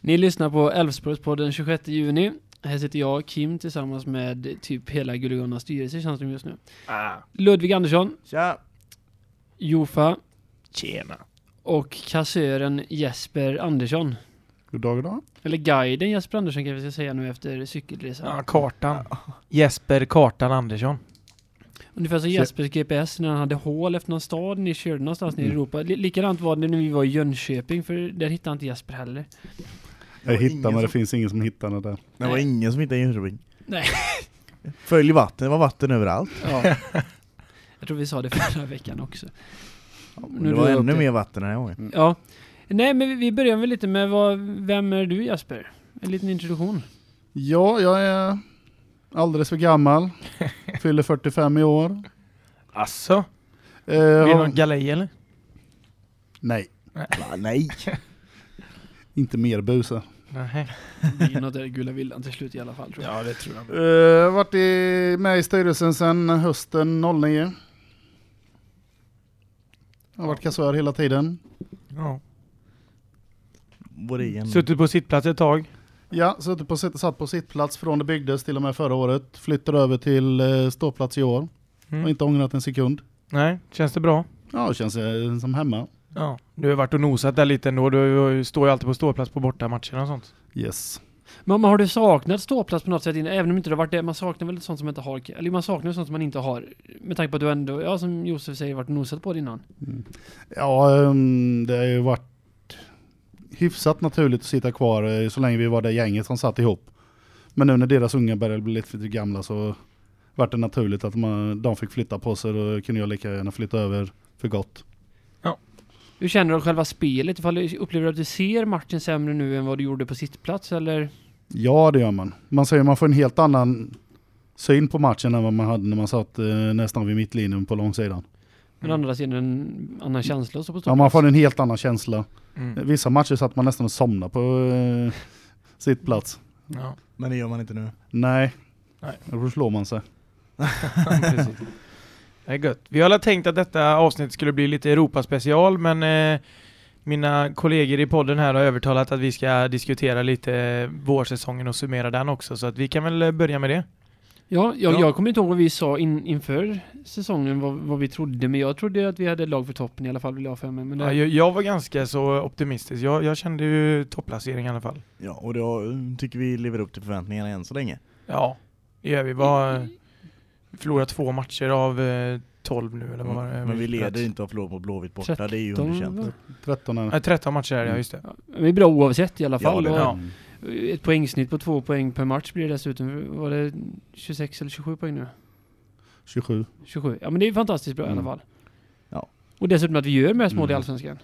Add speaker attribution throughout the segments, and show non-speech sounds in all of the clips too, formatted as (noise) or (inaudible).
Speaker 1: Ni lyssnar på Älvsborgspodden 26 juni. Här sitter jag, Kim, tillsammans med typ hela Gulligana styrelse känns det just nu.
Speaker 2: Ah,
Speaker 1: Ludvig Andersson,
Speaker 2: tja!
Speaker 1: Jofa
Speaker 2: Tjena!
Speaker 1: och kassören Jesper Andersson.
Speaker 3: God dag, god dag.
Speaker 1: Eller guiden Jesper Andersson kan vi ska säga nu efter cykelresan.
Speaker 2: Ja, kartan. Jesper Kartan Andersson.
Speaker 1: Ungefär som Jespers GPS när han hade hål efter någon stad ni körde någonstans nere i
Speaker 3: Mm.
Speaker 1: Europa. Li- likadant var det när vi var i Jönköping för där hittade inte Jesper heller.
Speaker 3: Jag
Speaker 4: var
Speaker 3: hittar
Speaker 4: ingen
Speaker 3: men det
Speaker 4: som-
Speaker 3: finns ingen som hittar något där.
Speaker 4: Det var
Speaker 1: Nej.
Speaker 4: ingen som hittade Jönköping.
Speaker 1: Nej.
Speaker 4: (laughs) Följ vatten, det var vatten överallt.
Speaker 1: Ja. (laughs) Jag tror vi sa det förra veckan också. Nu
Speaker 4: det
Speaker 1: är
Speaker 4: var
Speaker 1: du
Speaker 4: ännu
Speaker 1: uppe.
Speaker 4: mer vatten den här gången.
Speaker 1: Ja. Nej, men vi- vi börjar väl lite med vad, vem är du Jesper? En liten introduktion.
Speaker 3: Ja, jag är alldeles för (laughs) gammal. Fyller 45 i år.
Speaker 2: Asså?
Speaker 3: Eh,
Speaker 2: Blir det
Speaker 3: har-
Speaker 2: någon galej eller?
Speaker 3: Nej,
Speaker 4: Va, (laughs) nej!
Speaker 3: inte mer busa.
Speaker 2: Nej.
Speaker 1: Det är något där gula villan till slut i alla fall tror jag.
Speaker 2: Ja, det tror jag.
Speaker 3: Eh, varit i, med i styrelsen sedan hösten 09. Har varit kassör hela tiden.
Speaker 2: Ja.
Speaker 4: Var det igen?
Speaker 2: Suttit på sittplats ett tag.
Speaker 3: Ja, suttit på, sitt- satt på sittplats från det byggdes till och med förra året. Flyttade över till eh, ståplats i år.
Speaker 2: Mm.
Speaker 3: Har inte ångrat en sekund.
Speaker 2: Nej, känns det bra?
Speaker 3: Ja, det känns eh, som hemma.
Speaker 2: Ja. Du har varit och nosat där lite ändå. Du har ju- står ju alltid på ståplats på bortamatcherna och sånt.
Speaker 3: Yes.
Speaker 1: Mamma, har du saknat ståplats på något sätt? innan? Även om inte du har varit där. Man saknar väl sånt som man inte har. Eller man saknar sånt som man inte har. Med tanke på att du ändå, ja som Josef säger, varit och nosat på det innan.
Speaker 3: Mm. Ja, ehm, det har ju varit hyfsat naturligt att sitta kvar eh, så länge vi var det gänget som satt ihop. Men nu när deras unga började bli lite för gamla så vart det naturligt att man, de fick flytta på sig. Då kunde jag lika gärna flytta över för gott.
Speaker 1: Hur känner du om själva spelet? Ifall du upplever att du ser matchen sämre nu än vad du gjorde på sittplats eller?
Speaker 3: Ja, det gör man. Man säger man får en helt annan syn på matchen än vad man hade när man satt eh, nästan vid mittlinjen på långsidan.
Speaker 1: Men å andra sidan en annan känsla att stå på
Speaker 3: Ja,
Speaker 1: ståplats.
Speaker 3: man får en helt annan känsla.
Speaker 2: Mm.
Speaker 3: Vissa matcher satt man nästan och somnade på eh, sitt plats.
Speaker 2: Ja,
Speaker 4: Men det gör man inte nu.
Speaker 3: Nej.
Speaker 2: Nej.
Speaker 3: Då slår man sig.
Speaker 2: precis. Det är gött. Vi har alla tänkt att detta avsnitt skulle bli lite Europaspecial, men eh, mina kollegor i podden här har övertalat att vi ska diskutera lite vårsäsongen och summera den också, så att vi kan väl eh, börja med det.
Speaker 1: Ja, jag,
Speaker 2: Ja.
Speaker 1: jag kommer inte ihåg vad vi sa in, inför säsongen, vad, vad vi trodde, men jag trodde att vi hade lag för toppen i alla fall, vill jag ha för mig. Men det,
Speaker 2: Ja, jag, jag var ganska så optimistisk. Jag, jag kände ju topplacering i alla fall.
Speaker 4: Ja, och då eh, tycker vi lever upp till förväntningarna än så länge.
Speaker 2: Ja, det gör vi. Vi har förlorat två matcher av eh, 12 nu, eller vad var eh, det?
Speaker 4: Mm. Men vi
Speaker 2: förlorat?
Speaker 4: leder inte av förlor mot Blåvitt borta, det är ju
Speaker 1: Tretton,
Speaker 4: underkänt.
Speaker 1: va?
Speaker 3: 13 är det.
Speaker 2: Nej, 13 matcher är det, ja just det.
Speaker 1: Men det är bra oavsett i alla
Speaker 4: Ja,
Speaker 1: fall.
Speaker 4: det är
Speaker 1: och
Speaker 2: det.
Speaker 1: Ett poängsnitt på två poäng per match blir det dessutom. Var det 26 eller 27 poäng nu?
Speaker 3: 27.
Speaker 1: 27. Ja men det är fantastiskt bra i
Speaker 3: Mm.
Speaker 1: alla fall.
Speaker 4: Ja.
Speaker 1: Och dessutom att vi gör mest mål i
Speaker 3: Mm.
Speaker 1: Allsvenskan.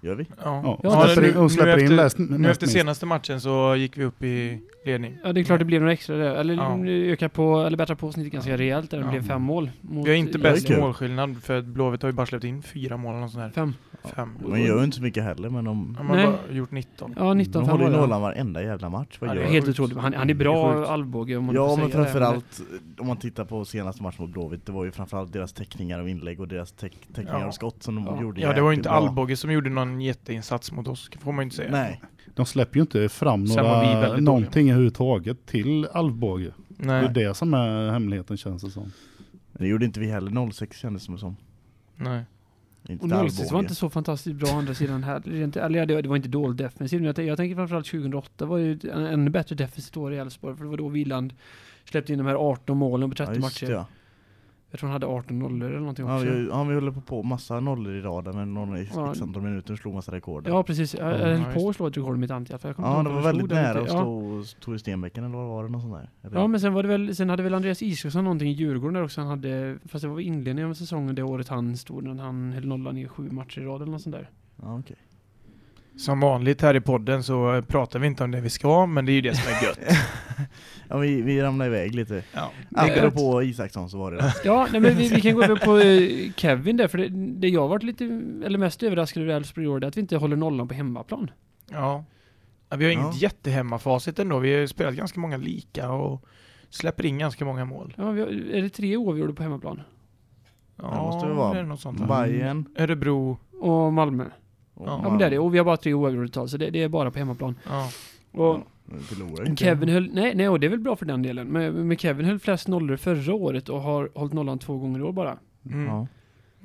Speaker 4: Gör vi?
Speaker 2: Ja.
Speaker 3: Ja, och släpper
Speaker 2: nu-
Speaker 3: in, och släpper
Speaker 2: nu
Speaker 3: in
Speaker 2: efter,
Speaker 3: läst,
Speaker 2: nu
Speaker 3: näst
Speaker 2: efter
Speaker 3: minst.
Speaker 2: senaste matchen så gick vi upp i ledning.
Speaker 1: Ja det är klart det blev några extra där. Eller
Speaker 2: Ja.
Speaker 1: nu ökar på, eller bättrar på snittet ganska rejält där det
Speaker 2: Ja.
Speaker 1: blev fem mål. Mot
Speaker 2: Vi har inte
Speaker 4: det är
Speaker 2: bäst
Speaker 4: kul.
Speaker 2: målskillnad för att Blåvitt har ju bara släppt in fyra mål eller något sånt
Speaker 1: Fem.
Speaker 2: där. Fem.
Speaker 4: Man gör ju inte så mycket heller, men de,
Speaker 2: De har
Speaker 1: Nej.
Speaker 2: bara gjort 19.
Speaker 1: Ja 19
Speaker 4: de
Speaker 1: fem
Speaker 4: håller ju
Speaker 1: mål. ja.
Speaker 4: nollan varenda jävla match.
Speaker 2: Ja,
Speaker 4: Vad
Speaker 2: det
Speaker 4: gör
Speaker 2: är
Speaker 4: de?
Speaker 1: Helt otroligt. Han, han är
Speaker 4: Det är
Speaker 1: bra
Speaker 4: sjukt.
Speaker 1: Alvbåge om man får
Speaker 4: Ja
Speaker 1: säga
Speaker 4: men
Speaker 1: det,
Speaker 4: framförallt, eh, om man tittar på senaste matchen mot Blåvitt, det var ju framförallt deras teckningar av inlägg och deras teck- teckningar
Speaker 2: Ja.
Speaker 4: av skott som de
Speaker 1: Ja.
Speaker 4: gjorde
Speaker 2: Ja, det var ju inte
Speaker 4: jättebra.
Speaker 2: Alvbåge som gjorde någon jätteinsats mot oss, får man ju inte säga.
Speaker 4: Nej,
Speaker 3: De släpper ju inte fram
Speaker 2: Sen var vi
Speaker 3: några,
Speaker 2: väldigt
Speaker 3: någonting överhuvudtaget till Alvbåge. Det är
Speaker 2: Nej.
Speaker 3: det som är hemligheten känns det som.
Speaker 4: det gjorde inte vi heller. 06 kändes det som.
Speaker 2: Nej.
Speaker 4: Inte
Speaker 1: Och 06
Speaker 4: Alvbåge.
Speaker 1: var inte så fantastiskt bra å andra sidan här. Rent- Eller ja, det, det var inte dålig defensiv. men Jag, tänk- jag tänker framförallt 2008 var ju ett- en ännu bättre defensivt år i Elfsborg. För det var då Wieland släppte in de här 18 målen på 30
Speaker 4: ja, just
Speaker 1: matcher.
Speaker 4: det, ja.
Speaker 1: Jag tror han hade 18 nollor eller någonting
Speaker 4: Ja
Speaker 1: också. Ja,
Speaker 4: vi, ja, vi höll på på massa nollor i raden men någon i
Speaker 1: Ja.
Speaker 4: x antal minuter och slog massa rekord.
Speaker 1: precis. Jag,
Speaker 2: Ja,
Speaker 1: jag höll
Speaker 2: just
Speaker 1: på att slå ett rekord i mitt antiatt. för jag kommer
Speaker 4: Ja,
Speaker 1: inte
Speaker 4: det
Speaker 1: ihåg
Speaker 4: var
Speaker 1: om jag slog
Speaker 4: väldigt
Speaker 1: det eller
Speaker 4: nära att
Speaker 1: inte.
Speaker 4: slå Tore Stenbecken eller vad var det? Någon sån där? Eller-
Speaker 1: Ja. ja, men sen var det väl, sen hade väl Andreas Isaksson någonting i Djurgården där också. Han hade, fast det var väl inledningen av säsongen det året han stod när han höll nollan i sju matcher i rad eller något sånt där.
Speaker 4: ja okej.
Speaker 2: Som vanligt här i podden så eh, pratar vi inte om det vi ska, men det är ju det som är gött.
Speaker 4: (laughs) Ja, vi, vi ramlade iväg lite.
Speaker 2: ja.
Speaker 4: Apropå Isaksson så var det
Speaker 1: Ja, nej, men vi, vi kan gå över på eh, Kevin där, för det, det jag varit lite, eller mest överraskad över Elfsborg i år, det är att vi inte håller nollan på hemmaplan.
Speaker 2: Ja. ja. Vi har inget
Speaker 4: Ja.
Speaker 2: jättehemmafacit ändå. Vi har ju spelat ganska många lika och släpper in ganska många mål.
Speaker 1: Ja, vi har, är det tre oavgjorda på hemmaplan?
Speaker 2: Ja,
Speaker 4: det måste det vara.
Speaker 2: Det är något sånt. va?
Speaker 4: (laughs) Bayern.
Speaker 2: Örebro.
Speaker 1: Och Malmö?
Speaker 4: och
Speaker 2: Ja,
Speaker 1: Ja, men det är det. Och vi har bara tre oavgjorda i tal, så det, det är bara på hemmaplan.
Speaker 2: Ja.
Speaker 1: Och
Speaker 4: Men Förlorar ju inte.
Speaker 1: Kevin höll, nej, nej och det är väl bra för den delen. Men, men Kevin höll flest nollor förra året och har hållit nollan två gånger i år bara.
Speaker 2: Mm. Ja.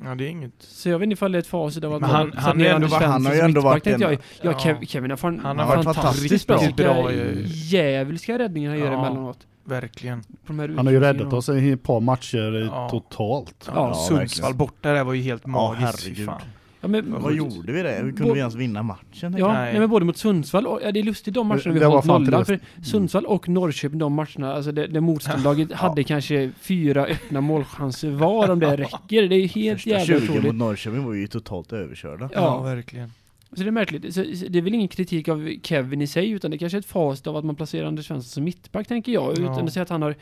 Speaker 4: Ja.
Speaker 2: det är inget.
Speaker 1: Så jag vet inte ifall det är ett facit av att...
Speaker 2: Men han-
Speaker 1: så
Speaker 2: han
Speaker 1: att det
Speaker 2: är ändå
Speaker 1: Anders
Speaker 4: varit- han
Speaker 1: Svensson
Speaker 4: har ju
Speaker 1: som
Speaker 4: ändå
Speaker 1: mittback,
Speaker 4: varit
Speaker 1: tänkte
Speaker 4: en-
Speaker 1: jag. Ja,
Speaker 2: Ja.
Speaker 1: Kev, Kevin har fan,
Speaker 2: Han
Speaker 4: har varit
Speaker 1: fantastiskt
Speaker 4: fantastiskt
Speaker 1: bra.
Speaker 4: bra.
Speaker 2: Bra ju.
Speaker 1: Vilka djävulska räddningar han gör
Speaker 2: Ja.
Speaker 1: emellanåt.
Speaker 2: Verkligen.
Speaker 1: På de här
Speaker 3: Han har ju
Speaker 1: utvisningarna.
Speaker 3: räddat oss i ett par matcher eh,
Speaker 2: Ja.
Speaker 3: totalt.
Speaker 2: Ja,
Speaker 1: Ja,
Speaker 2: Sundsvall
Speaker 4: verkligen.
Speaker 2: borta där var ju helt
Speaker 4: Ja,
Speaker 2: magiskt. fy
Speaker 4: herregud.
Speaker 2: fan.
Speaker 1: Ja, men,
Speaker 4: Vad gjorde vi det? Hur kunde
Speaker 1: Bo-
Speaker 4: vi ens vinna matchen?
Speaker 1: Ja,
Speaker 2: Nej.
Speaker 1: nej. men både mot Sundsvall och, ja, det är lustigt de matcherna vi
Speaker 3: Det
Speaker 1: har
Speaker 3: var
Speaker 1: hållit
Speaker 3: fan
Speaker 1: nollan.
Speaker 3: till
Speaker 1: För Sundsvall och Norrköping, de matcherna, alltså det, det motståndarlaget hade kanske fyra öppna målchanser var om det räcker. Det är ju helt
Speaker 4: Första
Speaker 1: jävla
Speaker 4: 20
Speaker 1: otroligt.
Speaker 4: mot Norrköping var ju totalt överkörda.
Speaker 1: Ja.
Speaker 2: Ja, verkligen.
Speaker 1: Så det är märkligt. Så, så det är väl ingen kritik av Kevin i sig, utan det kanske är ett facit av att man placerar Anders Svensson som mittback, tänker jag.
Speaker 2: Ja.
Speaker 1: Utan att säga att han har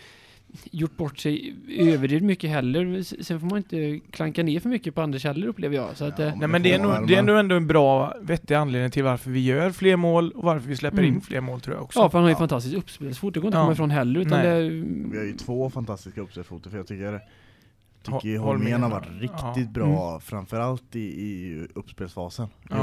Speaker 1: gjort bort sig överdrivet mycket heller. S- Sen får man inte klanka ner för mycket på Anders heller, upplever jag. Så att, eh,
Speaker 2: Nej, men det är, nog, det är nog ändå en bra, vettig anledning till varför vi gör fler mål och varför vi släpper
Speaker 1: Mm.
Speaker 2: in fler mål tror jag också.
Speaker 1: ja, för han har ju
Speaker 4: Ja.
Speaker 1: fantastiskt uppspelsfot. Det går inte
Speaker 2: Ja.
Speaker 1: att komma ifrån heller, utan det...
Speaker 2: Nej.
Speaker 4: Vi har ju två fantastiska uppspelsfoter för jag tycker Tycker ju
Speaker 2: Hol-
Speaker 4: Holmén har
Speaker 2: Holmén,
Speaker 4: varit
Speaker 2: ja.
Speaker 4: riktigt bra, framförallt i, i uppspelsfasen.
Speaker 2: ja.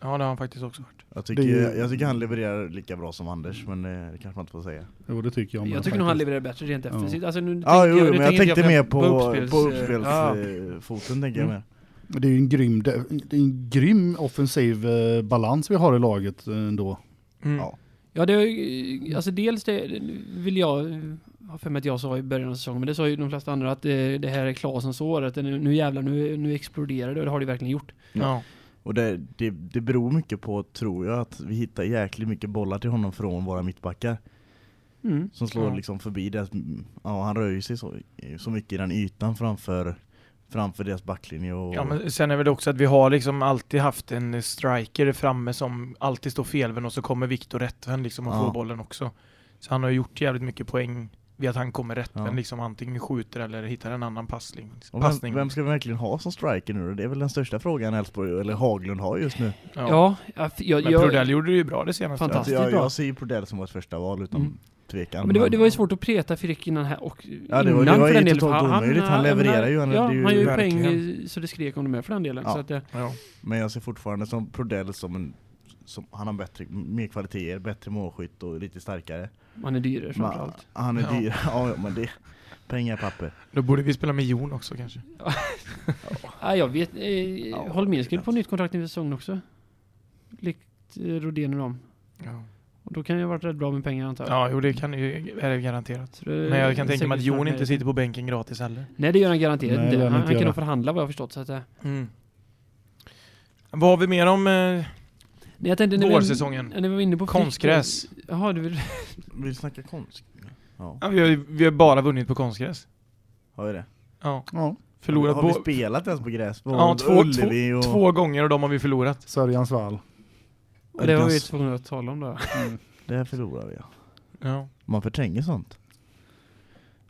Speaker 2: ja, det har han faktiskt också varit.
Speaker 4: Jag, tycker,
Speaker 3: Det är ju-
Speaker 4: jag tycker han levererar lika bra som Anders, men eh, det kanske man inte får säga.
Speaker 3: Jo, det tycker jag med.
Speaker 1: Jag tycker nog han levererar bättre rent defensivt. Alltså, nu
Speaker 4: Ja,
Speaker 1: tänker
Speaker 4: jo,
Speaker 1: nu
Speaker 4: men jag
Speaker 1: tänker
Speaker 4: tänkte mer på,
Speaker 1: uppspels-
Speaker 4: på
Speaker 1: ja.
Speaker 4: uppspelsfoten, tänker jag
Speaker 1: Mm.
Speaker 4: mer.
Speaker 3: Det är ju en grym, det är en grym offensiv eh, balans vi har i laget eh, ändå.
Speaker 2: Mm.
Speaker 4: Ja.
Speaker 1: Ja, det, är- alltså dels det vill jag, har för mig att jag sa i början av säsongen, men det sa ju de flesta andra att eh, det, det här är Klasens år, att det, nu nu jävlar, nu, nu exploderar det och det har det verkligen gjort.
Speaker 2: Ja.
Speaker 4: Och det, det, det beror mycket på, tror jag, att vi hittar jäkligt mycket bollar till honom från våra mittbackar.
Speaker 1: Mm.
Speaker 4: Som slår
Speaker 2: Ja.
Speaker 4: liksom förbi deras, ja han rör ju sig så, så mycket i den ytan framför, framför deras backlinje och...
Speaker 2: Ja, men sen är väl det också att vi har liksom alltid haft en striker framme som alltid står felvänd och så kommer Viktor rättvänd liksom och
Speaker 4: Ja.
Speaker 2: får bollen också. Så han har ju gjort jävligt mycket poäng vid att han kommer rättvänd
Speaker 4: Ja.
Speaker 2: liksom antingen skjuter eller hittar en annan passning.
Speaker 4: och
Speaker 2: passning.
Speaker 4: vem, vem ska vi verkligen ha som striker nu då? Det är väl den största frågan Elfsborg, eller Haglund har just nu. Alltså,
Speaker 2: ja.
Speaker 1: Ja, ja, f- jag,
Speaker 2: Men
Speaker 1: jag,
Speaker 2: Prodell gjorde det ju bra det senaste.
Speaker 1: Fantastiskt.
Speaker 4: jag,
Speaker 1: bra.
Speaker 4: jag ser ju Prodell som vårt första val utan
Speaker 1: Mm.
Speaker 4: tvekan.
Speaker 1: men det, var,
Speaker 4: men-
Speaker 1: det var ju svårt att preta Fredrik innan här och
Speaker 4: var- det
Speaker 1: innan
Speaker 4: var
Speaker 1: för
Speaker 4: ju
Speaker 1: den delen. för
Speaker 4: totalt omöjligt. Han levererar ju, han
Speaker 1: ja,
Speaker 4: hade
Speaker 1: han
Speaker 4: ju-
Speaker 1: gör ju
Speaker 2: Verkligen.
Speaker 1: poäng i- så det skrek om det med för den delen.
Speaker 4: Ja.
Speaker 1: Så att, eh, det-
Speaker 2: Ja.
Speaker 4: Men jag ser fortfarande som Prodell som en som, han har bättre, mer kvaliteter, bättre målskytt och lite starkare.
Speaker 1: han är dyrare
Speaker 4: Men ah,
Speaker 1: framförallt.
Speaker 4: han
Speaker 2: Ja.
Speaker 4: är dyr, (laughs) ja. ja men det, pengar papper.
Speaker 2: Då borde vi spela med Jon också kanske.
Speaker 1: Ja, jag vet, eh,
Speaker 4: Ja,
Speaker 1: Holmén skrev på nytt kontrakt inför säsongen också. Likt eh, Rodén och dem.
Speaker 2: Ja,
Speaker 1: Och då kan det ha varit rätt bra med pengar antar jag.
Speaker 2: ja jo det kan ju, är det garanterat.
Speaker 1: Så det-
Speaker 2: Men jag kan
Speaker 1: Eh, det är
Speaker 2: tänka mig att
Speaker 1: säkert
Speaker 2: Jon
Speaker 1: snart
Speaker 2: inte
Speaker 1: med-
Speaker 2: sitter på bänken gratis heller.
Speaker 1: Nej det gör han garanterat
Speaker 3: Nej, det
Speaker 1: inte.
Speaker 3: lär
Speaker 1: Han, han
Speaker 3: han inte
Speaker 1: kan
Speaker 3: göra.
Speaker 1: nog förhandla vad jag har förstått. Så att, eh.
Speaker 2: Mm. Vad har vi mer om eh,
Speaker 1: Nej, jag tänkte, när vi-
Speaker 2: Vårsäsongen.
Speaker 1: När vi var inne på Frick-
Speaker 2: konstgräs?
Speaker 1: Jaha, du vill...
Speaker 4: Vill du snacka konst? Ja,
Speaker 2: Ja, vi, har, ju- vi har bara vunnit på konstgräs.
Speaker 4: har vi det?
Speaker 2: Ja.
Speaker 3: Ja,
Speaker 2: Förlorat
Speaker 4: har vi
Speaker 2: bo-
Speaker 4: spelat ens på gräs? På
Speaker 2: Ja, två-
Speaker 4: Ullevi och...
Speaker 2: två gånger och de har vi förlorat.
Speaker 3: Sörjans vall.
Speaker 1: Och det var vi
Speaker 4: Örgans.
Speaker 1: tvungna att tala om då.
Speaker 4: Det här förlorar vi ja.
Speaker 2: Ja.
Speaker 4: Man förtränger sånt.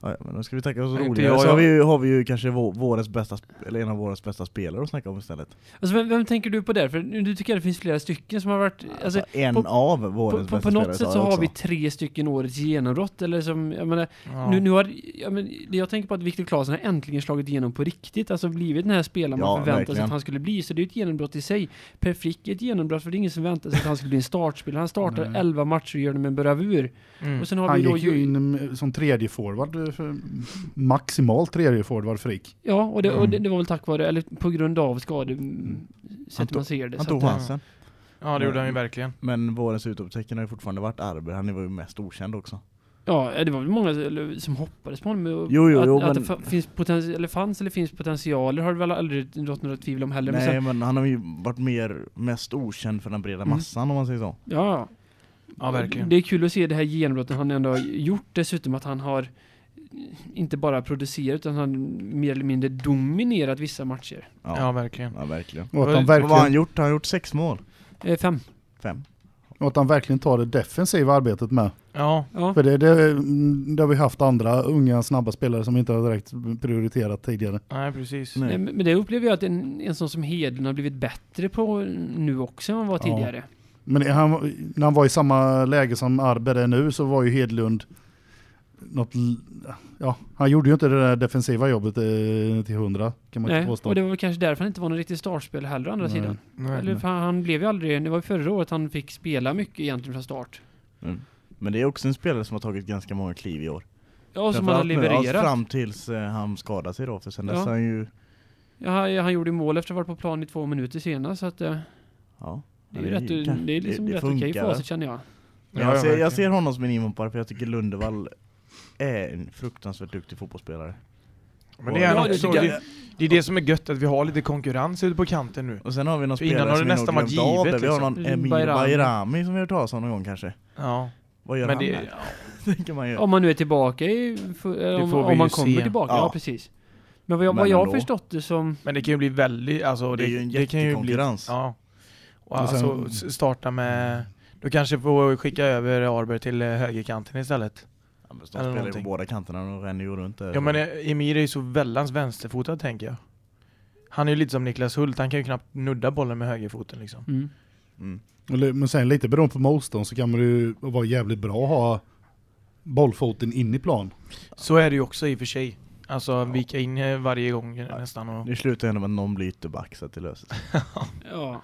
Speaker 4: Ja, ja, men då ska vi tacka oss
Speaker 2: Tänkte
Speaker 4: roligare.
Speaker 2: jag,
Speaker 4: så
Speaker 2: ja.
Speaker 4: har vi, ju- har vi ju kanske vå- vårens bästa, sp- eller en av vårens bästa spelare att snacka om istället.
Speaker 1: Alltså vem, vem tänker du på där? För nu du tycker jag det finns flera stycken som har varit... Alltså,
Speaker 4: Alltså, en
Speaker 1: på-
Speaker 4: av
Speaker 1: på,
Speaker 4: vårens
Speaker 1: på,
Speaker 4: bästa
Speaker 1: på
Speaker 4: spelare
Speaker 1: något sätt
Speaker 4: sa
Speaker 1: så
Speaker 4: jag
Speaker 1: har
Speaker 4: också.
Speaker 1: vi tre stycken årets genombrott eller som, jag menar,
Speaker 2: Ja.
Speaker 1: nu, nu har, jag, men, det jag tänker på att Viktor Claesson har äntligen slagit igenom på riktigt, alltså blivit den här spelaren
Speaker 4: Ja,
Speaker 1: man förväntade sig
Speaker 4: verkligen.
Speaker 1: att han skulle bli, så det är ett genombrott i sig. Per Frick är ett genombrott för det är ingen som väntade sig att han skulle bli en startspelare. Han startar
Speaker 2: Nej.
Speaker 1: 11 matcher och gör det med en bravur.
Speaker 2: mm.
Speaker 1: Och sen har
Speaker 3: Han
Speaker 1: vi då
Speaker 3: gick ju in eh, som tredje forward, eh, för- maximalt tredje forward Frick.
Speaker 1: Ja, och, det, och
Speaker 2: Mm.
Speaker 1: det, det var väl tack vare, eller på grund av skador,
Speaker 4: Mm. Han
Speaker 1: sätt
Speaker 4: tog-
Speaker 1: man ser det.
Speaker 4: Han
Speaker 1: Så
Speaker 4: tog
Speaker 1: att,
Speaker 2: han.
Speaker 4: chansen.
Speaker 2: ja, det gjorde han ju verkligen.
Speaker 4: Men vårens utropstecken har ju fortfarande varit Arber, han var ju mest okänd också.
Speaker 1: ja, det var väl många eller, som hoppades på honom. och
Speaker 4: Jo, jo,
Speaker 1: att,
Speaker 4: jo,
Speaker 1: att
Speaker 4: men-
Speaker 1: det fa- finns potens- eller fanns eller finns potentialer har det väl aldrig rått några tvivel om heller.
Speaker 4: Nej
Speaker 1: Men sen,
Speaker 4: men han har ju varit mer, mest okänd för den breda
Speaker 1: Mm.
Speaker 4: massan om man säger så.
Speaker 1: ja, ja.
Speaker 2: Ja, verkligen.
Speaker 1: Det är kul att se det här genombrottet han ändå har gjort. Dessutom att han har inte bara producerat utan han har mer eller mindre dominerat vissa matcher.
Speaker 4: Ja,
Speaker 2: Ja,
Speaker 4: ja.
Speaker 2: verkligen.
Speaker 4: verkligen.
Speaker 3: Och att
Speaker 2: Vad-
Speaker 3: han
Speaker 4: Vad har han
Speaker 3: verkligen,
Speaker 4: gjort? Han har gjort sex mål.
Speaker 1: Eh, fem.
Speaker 4: Fem.
Speaker 3: och att han verkligen tar det defensiva arbetet med.
Speaker 2: Ja,
Speaker 1: Ja.
Speaker 3: För det, det, mm, det har vi haft andra unga snabba spelare som inte har direkt prioriterat tidigare.
Speaker 2: nej precis.
Speaker 4: Nej.
Speaker 1: Eh, Men men det upplever jag att en, en sån som Hedlund har blivit bättre på nu också än vad han var
Speaker 3: Ja.
Speaker 1: tidigare.
Speaker 3: Men han, när han var i samma läge som Arber är nu så var ju Hedlund något, l- ja, han gjorde ju inte det där defensiva jobbet eh, till hundra kan man inte
Speaker 1: Nej, Eh,
Speaker 3: påstå.
Speaker 1: och det var väl kanske därför han inte var någon riktig startspel heller å andra
Speaker 3: Nej.
Speaker 1: sidan.
Speaker 2: Nej.
Speaker 1: Eller för han blev ju aldrig, det var ju förra året han fick spela mycket egentligen från start.
Speaker 4: Men det är också en spelare som har tagit ganska många kliv i år.
Speaker 1: Ja, som han har
Speaker 4: Framförallt nu, alltså
Speaker 1: levererat.
Speaker 4: Fram tills eh, han skadade sig då, för sen dess
Speaker 1: Ja.
Speaker 4: har han ju...
Speaker 1: Ja, han- han gjorde ju mål efter att ha varit på plan i två minuter senast, så att... eh,
Speaker 4: Ja,
Speaker 1: Det är ju rätt, det är liksom rätt okej facit känner jag.
Speaker 4: Men jag, ser,
Speaker 2: verkligen.
Speaker 4: jag ser honom som en inhoppare för jag tycker Lundevall är en fruktansvärt duktig fotbollsspelare.
Speaker 2: Men det är,
Speaker 1: Ja,
Speaker 2: han
Speaker 1: det
Speaker 2: också,
Speaker 1: tycker jag.
Speaker 2: det, det är det som är gött att vi har lite konkurrens ute på kanten nu.
Speaker 4: Och sen har vi någon
Speaker 2: För innan
Speaker 4: spelare
Speaker 2: har det
Speaker 4: som
Speaker 2: nästan
Speaker 4: vi nog
Speaker 2: varit
Speaker 4: glömt av
Speaker 2: givet,
Speaker 4: där. Vi har någon
Speaker 1: liksom.
Speaker 4: Emir
Speaker 1: Bayrami.
Speaker 4: Bayrami som vi har hört talas om någon gång kanske.
Speaker 2: Ja.
Speaker 4: Vad gör
Speaker 2: Men
Speaker 4: han
Speaker 2: det,
Speaker 4: (laughs) här? Tänker man ju.
Speaker 1: Om man nu är tillbaka i, för, eller om,
Speaker 2: får vi
Speaker 1: om man
Speaker 2: ju
Speaker 1: kommer
Speaker 2: se.
Speaker 1: tillbaka, ja.
Speaker 4: Ja.
Speaker 1: precis. Men vad jag, vad
Speaker 4: Men
Speaker 1: jag har
Speaker 4: ändå.
Speaker 1: förstått det som,
Speaker 2: Men det kan ju bli väldigt, alltså
Speaker 4: det,
Speaker 2: det,
Speaker 4: är ju en
Speaker 2: det kan ju bli,
Speaker 4: jättekonkurrens.
Speaker 2: ja. Och
Speaker 3: Och sen-
Speaker 2: alltså s- starta med, då kanske får skicka över Arber till eh, högerkanten istället.
Speaker 4: Ja, men de
Speaker 2: Eller
Speaker 4: spelar ju på
Speaker 2: någonting.
Speaker 4: båda kanterna och de ränner ju runt där.
Speaker 2: Ja men eh, Emir är ju så väldans vänsterfotad tänker jag. Han är ju lite som Niklas Hult, han kan ju knappt nudda bollen med högerfoten liksom.
Speaker 1: mm,
Speaker 4: mm.
Speaker 3: Eller- Men sen lite beroende på motstånd så kan man ju vara jävligt bra att ha bollfoten in i plan.
Speaker 2: Så är det ju också i och för sig. Alltså vika in eh, varje gång eh, nästan och...
Speaker 4: Det slutar ju ändå med att någon blir ytterback så att det löser sig.
Speaker 1: ja,
Speaker 4: Vi har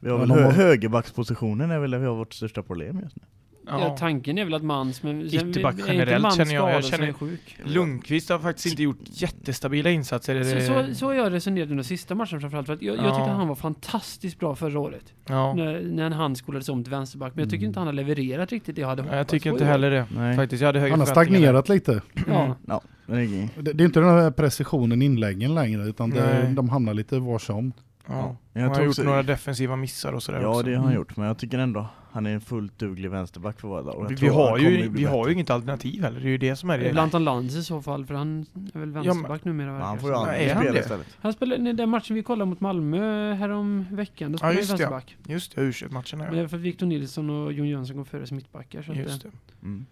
Speaker 3: Ja,
Speaker 4: väl
Speaker 3: de
Speaker 4: hö-
Speaker 3: har-
Speaker 4: högerbackspositionen är väl där vi har vårt största problem just nu.
Speaker 1: ja.
Speaker 2: Ja.
Speaker 1: Tanken är väl att Mans, men sen
Speaker 2: Ytterback
Speaker 1: är inte
Speaker 2: generellt
Speaker 1: Mans
Speaker 2: känner jag. Jag
Speaker 1: skadad så
Speaker 2: känner-
Speaker 1: är sjuk.
Speaker 2: Lundqvist har faktiskt inte gjort jättestabila insatser. eh,
Speaker 1: Så, så, så har jag resonerat under sista matchen framförallt, för att jag, jag
Speaker 2: Ja.
Speaker 1: tyckte han var fantastiskt bra förra året.
Speaker 2: Ja.
Speaker 1: När, när han skolades om till vänsterback, men jag tycker
Speaker 4: Mm.
Speaker 1: inte han har levererat riktigt det jag hade
Speaker 2: Nej,
Speaker 1: hoppats
Speaker 2: Jag tycker
Speaker 1: på
Speaker 2: inte
Speaker 1: i år.
Speaker 2: heller det.
Speaker 4: Nej.
Speaker 2: Faktiskt, jag hade högre
Speaker 3: Han har
Speaker 2: förväntningar där.
Speaker 3: stagnerat lite.
Speaker 1: Ja,
Speaker 4: Ja, men det är ingen-
Speaker 3: Det, det är inte den här precisionen i inläggen längre utan det,
Speaker 2: Nej.
Speaker 3: de hamnar lite var som.
Speaker 2: Ja.
Speaker 4: Men jag
Speaker 2: Han har
Speaker 4: tror
Speaker 2: gjort
Speaker 4: också-
Speaker 2: några defensiva missar och sådär
Speaker 4: Ja
Speaker 2: också.
Speaker 4: det har han
Speaker 3: Mm.
Speaker 4: gjort, men jag tycker ändå han är en fullt duglig vänsterback för våra lag.
Speaker 2: Vi, vi, har ju, vi har ju inget alternativ heller, det är ju det som är det.
Speaker 1: Bland annat Lantz i så fall, för han är väl vänsterback numera. verkar
Speaker 4: Han
Speaker 1: det
Speaker 4: får ju
Speaker 1: som.
Speaker 2: Nej,
Speaker 4: aldrig
Speaker 2: är han
Speaker 4: spela
Speaker 2: det?
Speaker 4: istället.
Speaker 1: Han spelade, i den matchen vi kollade mot Malmö härom veckan, då spelade han
Speaker 2: just det.
Speaker 1: vänsterback.
Speaker 2: Just det, u matcherna
Speaker 1: Men det är för att Victor Nilsson och Jon Jönsson går före som mittbackar. Så
Speaker 2: ja.
Speaker 1: att,
Speaker 2: Just
Speaker 1: det-
Speaker 2: det.
Speaker 4: Mm.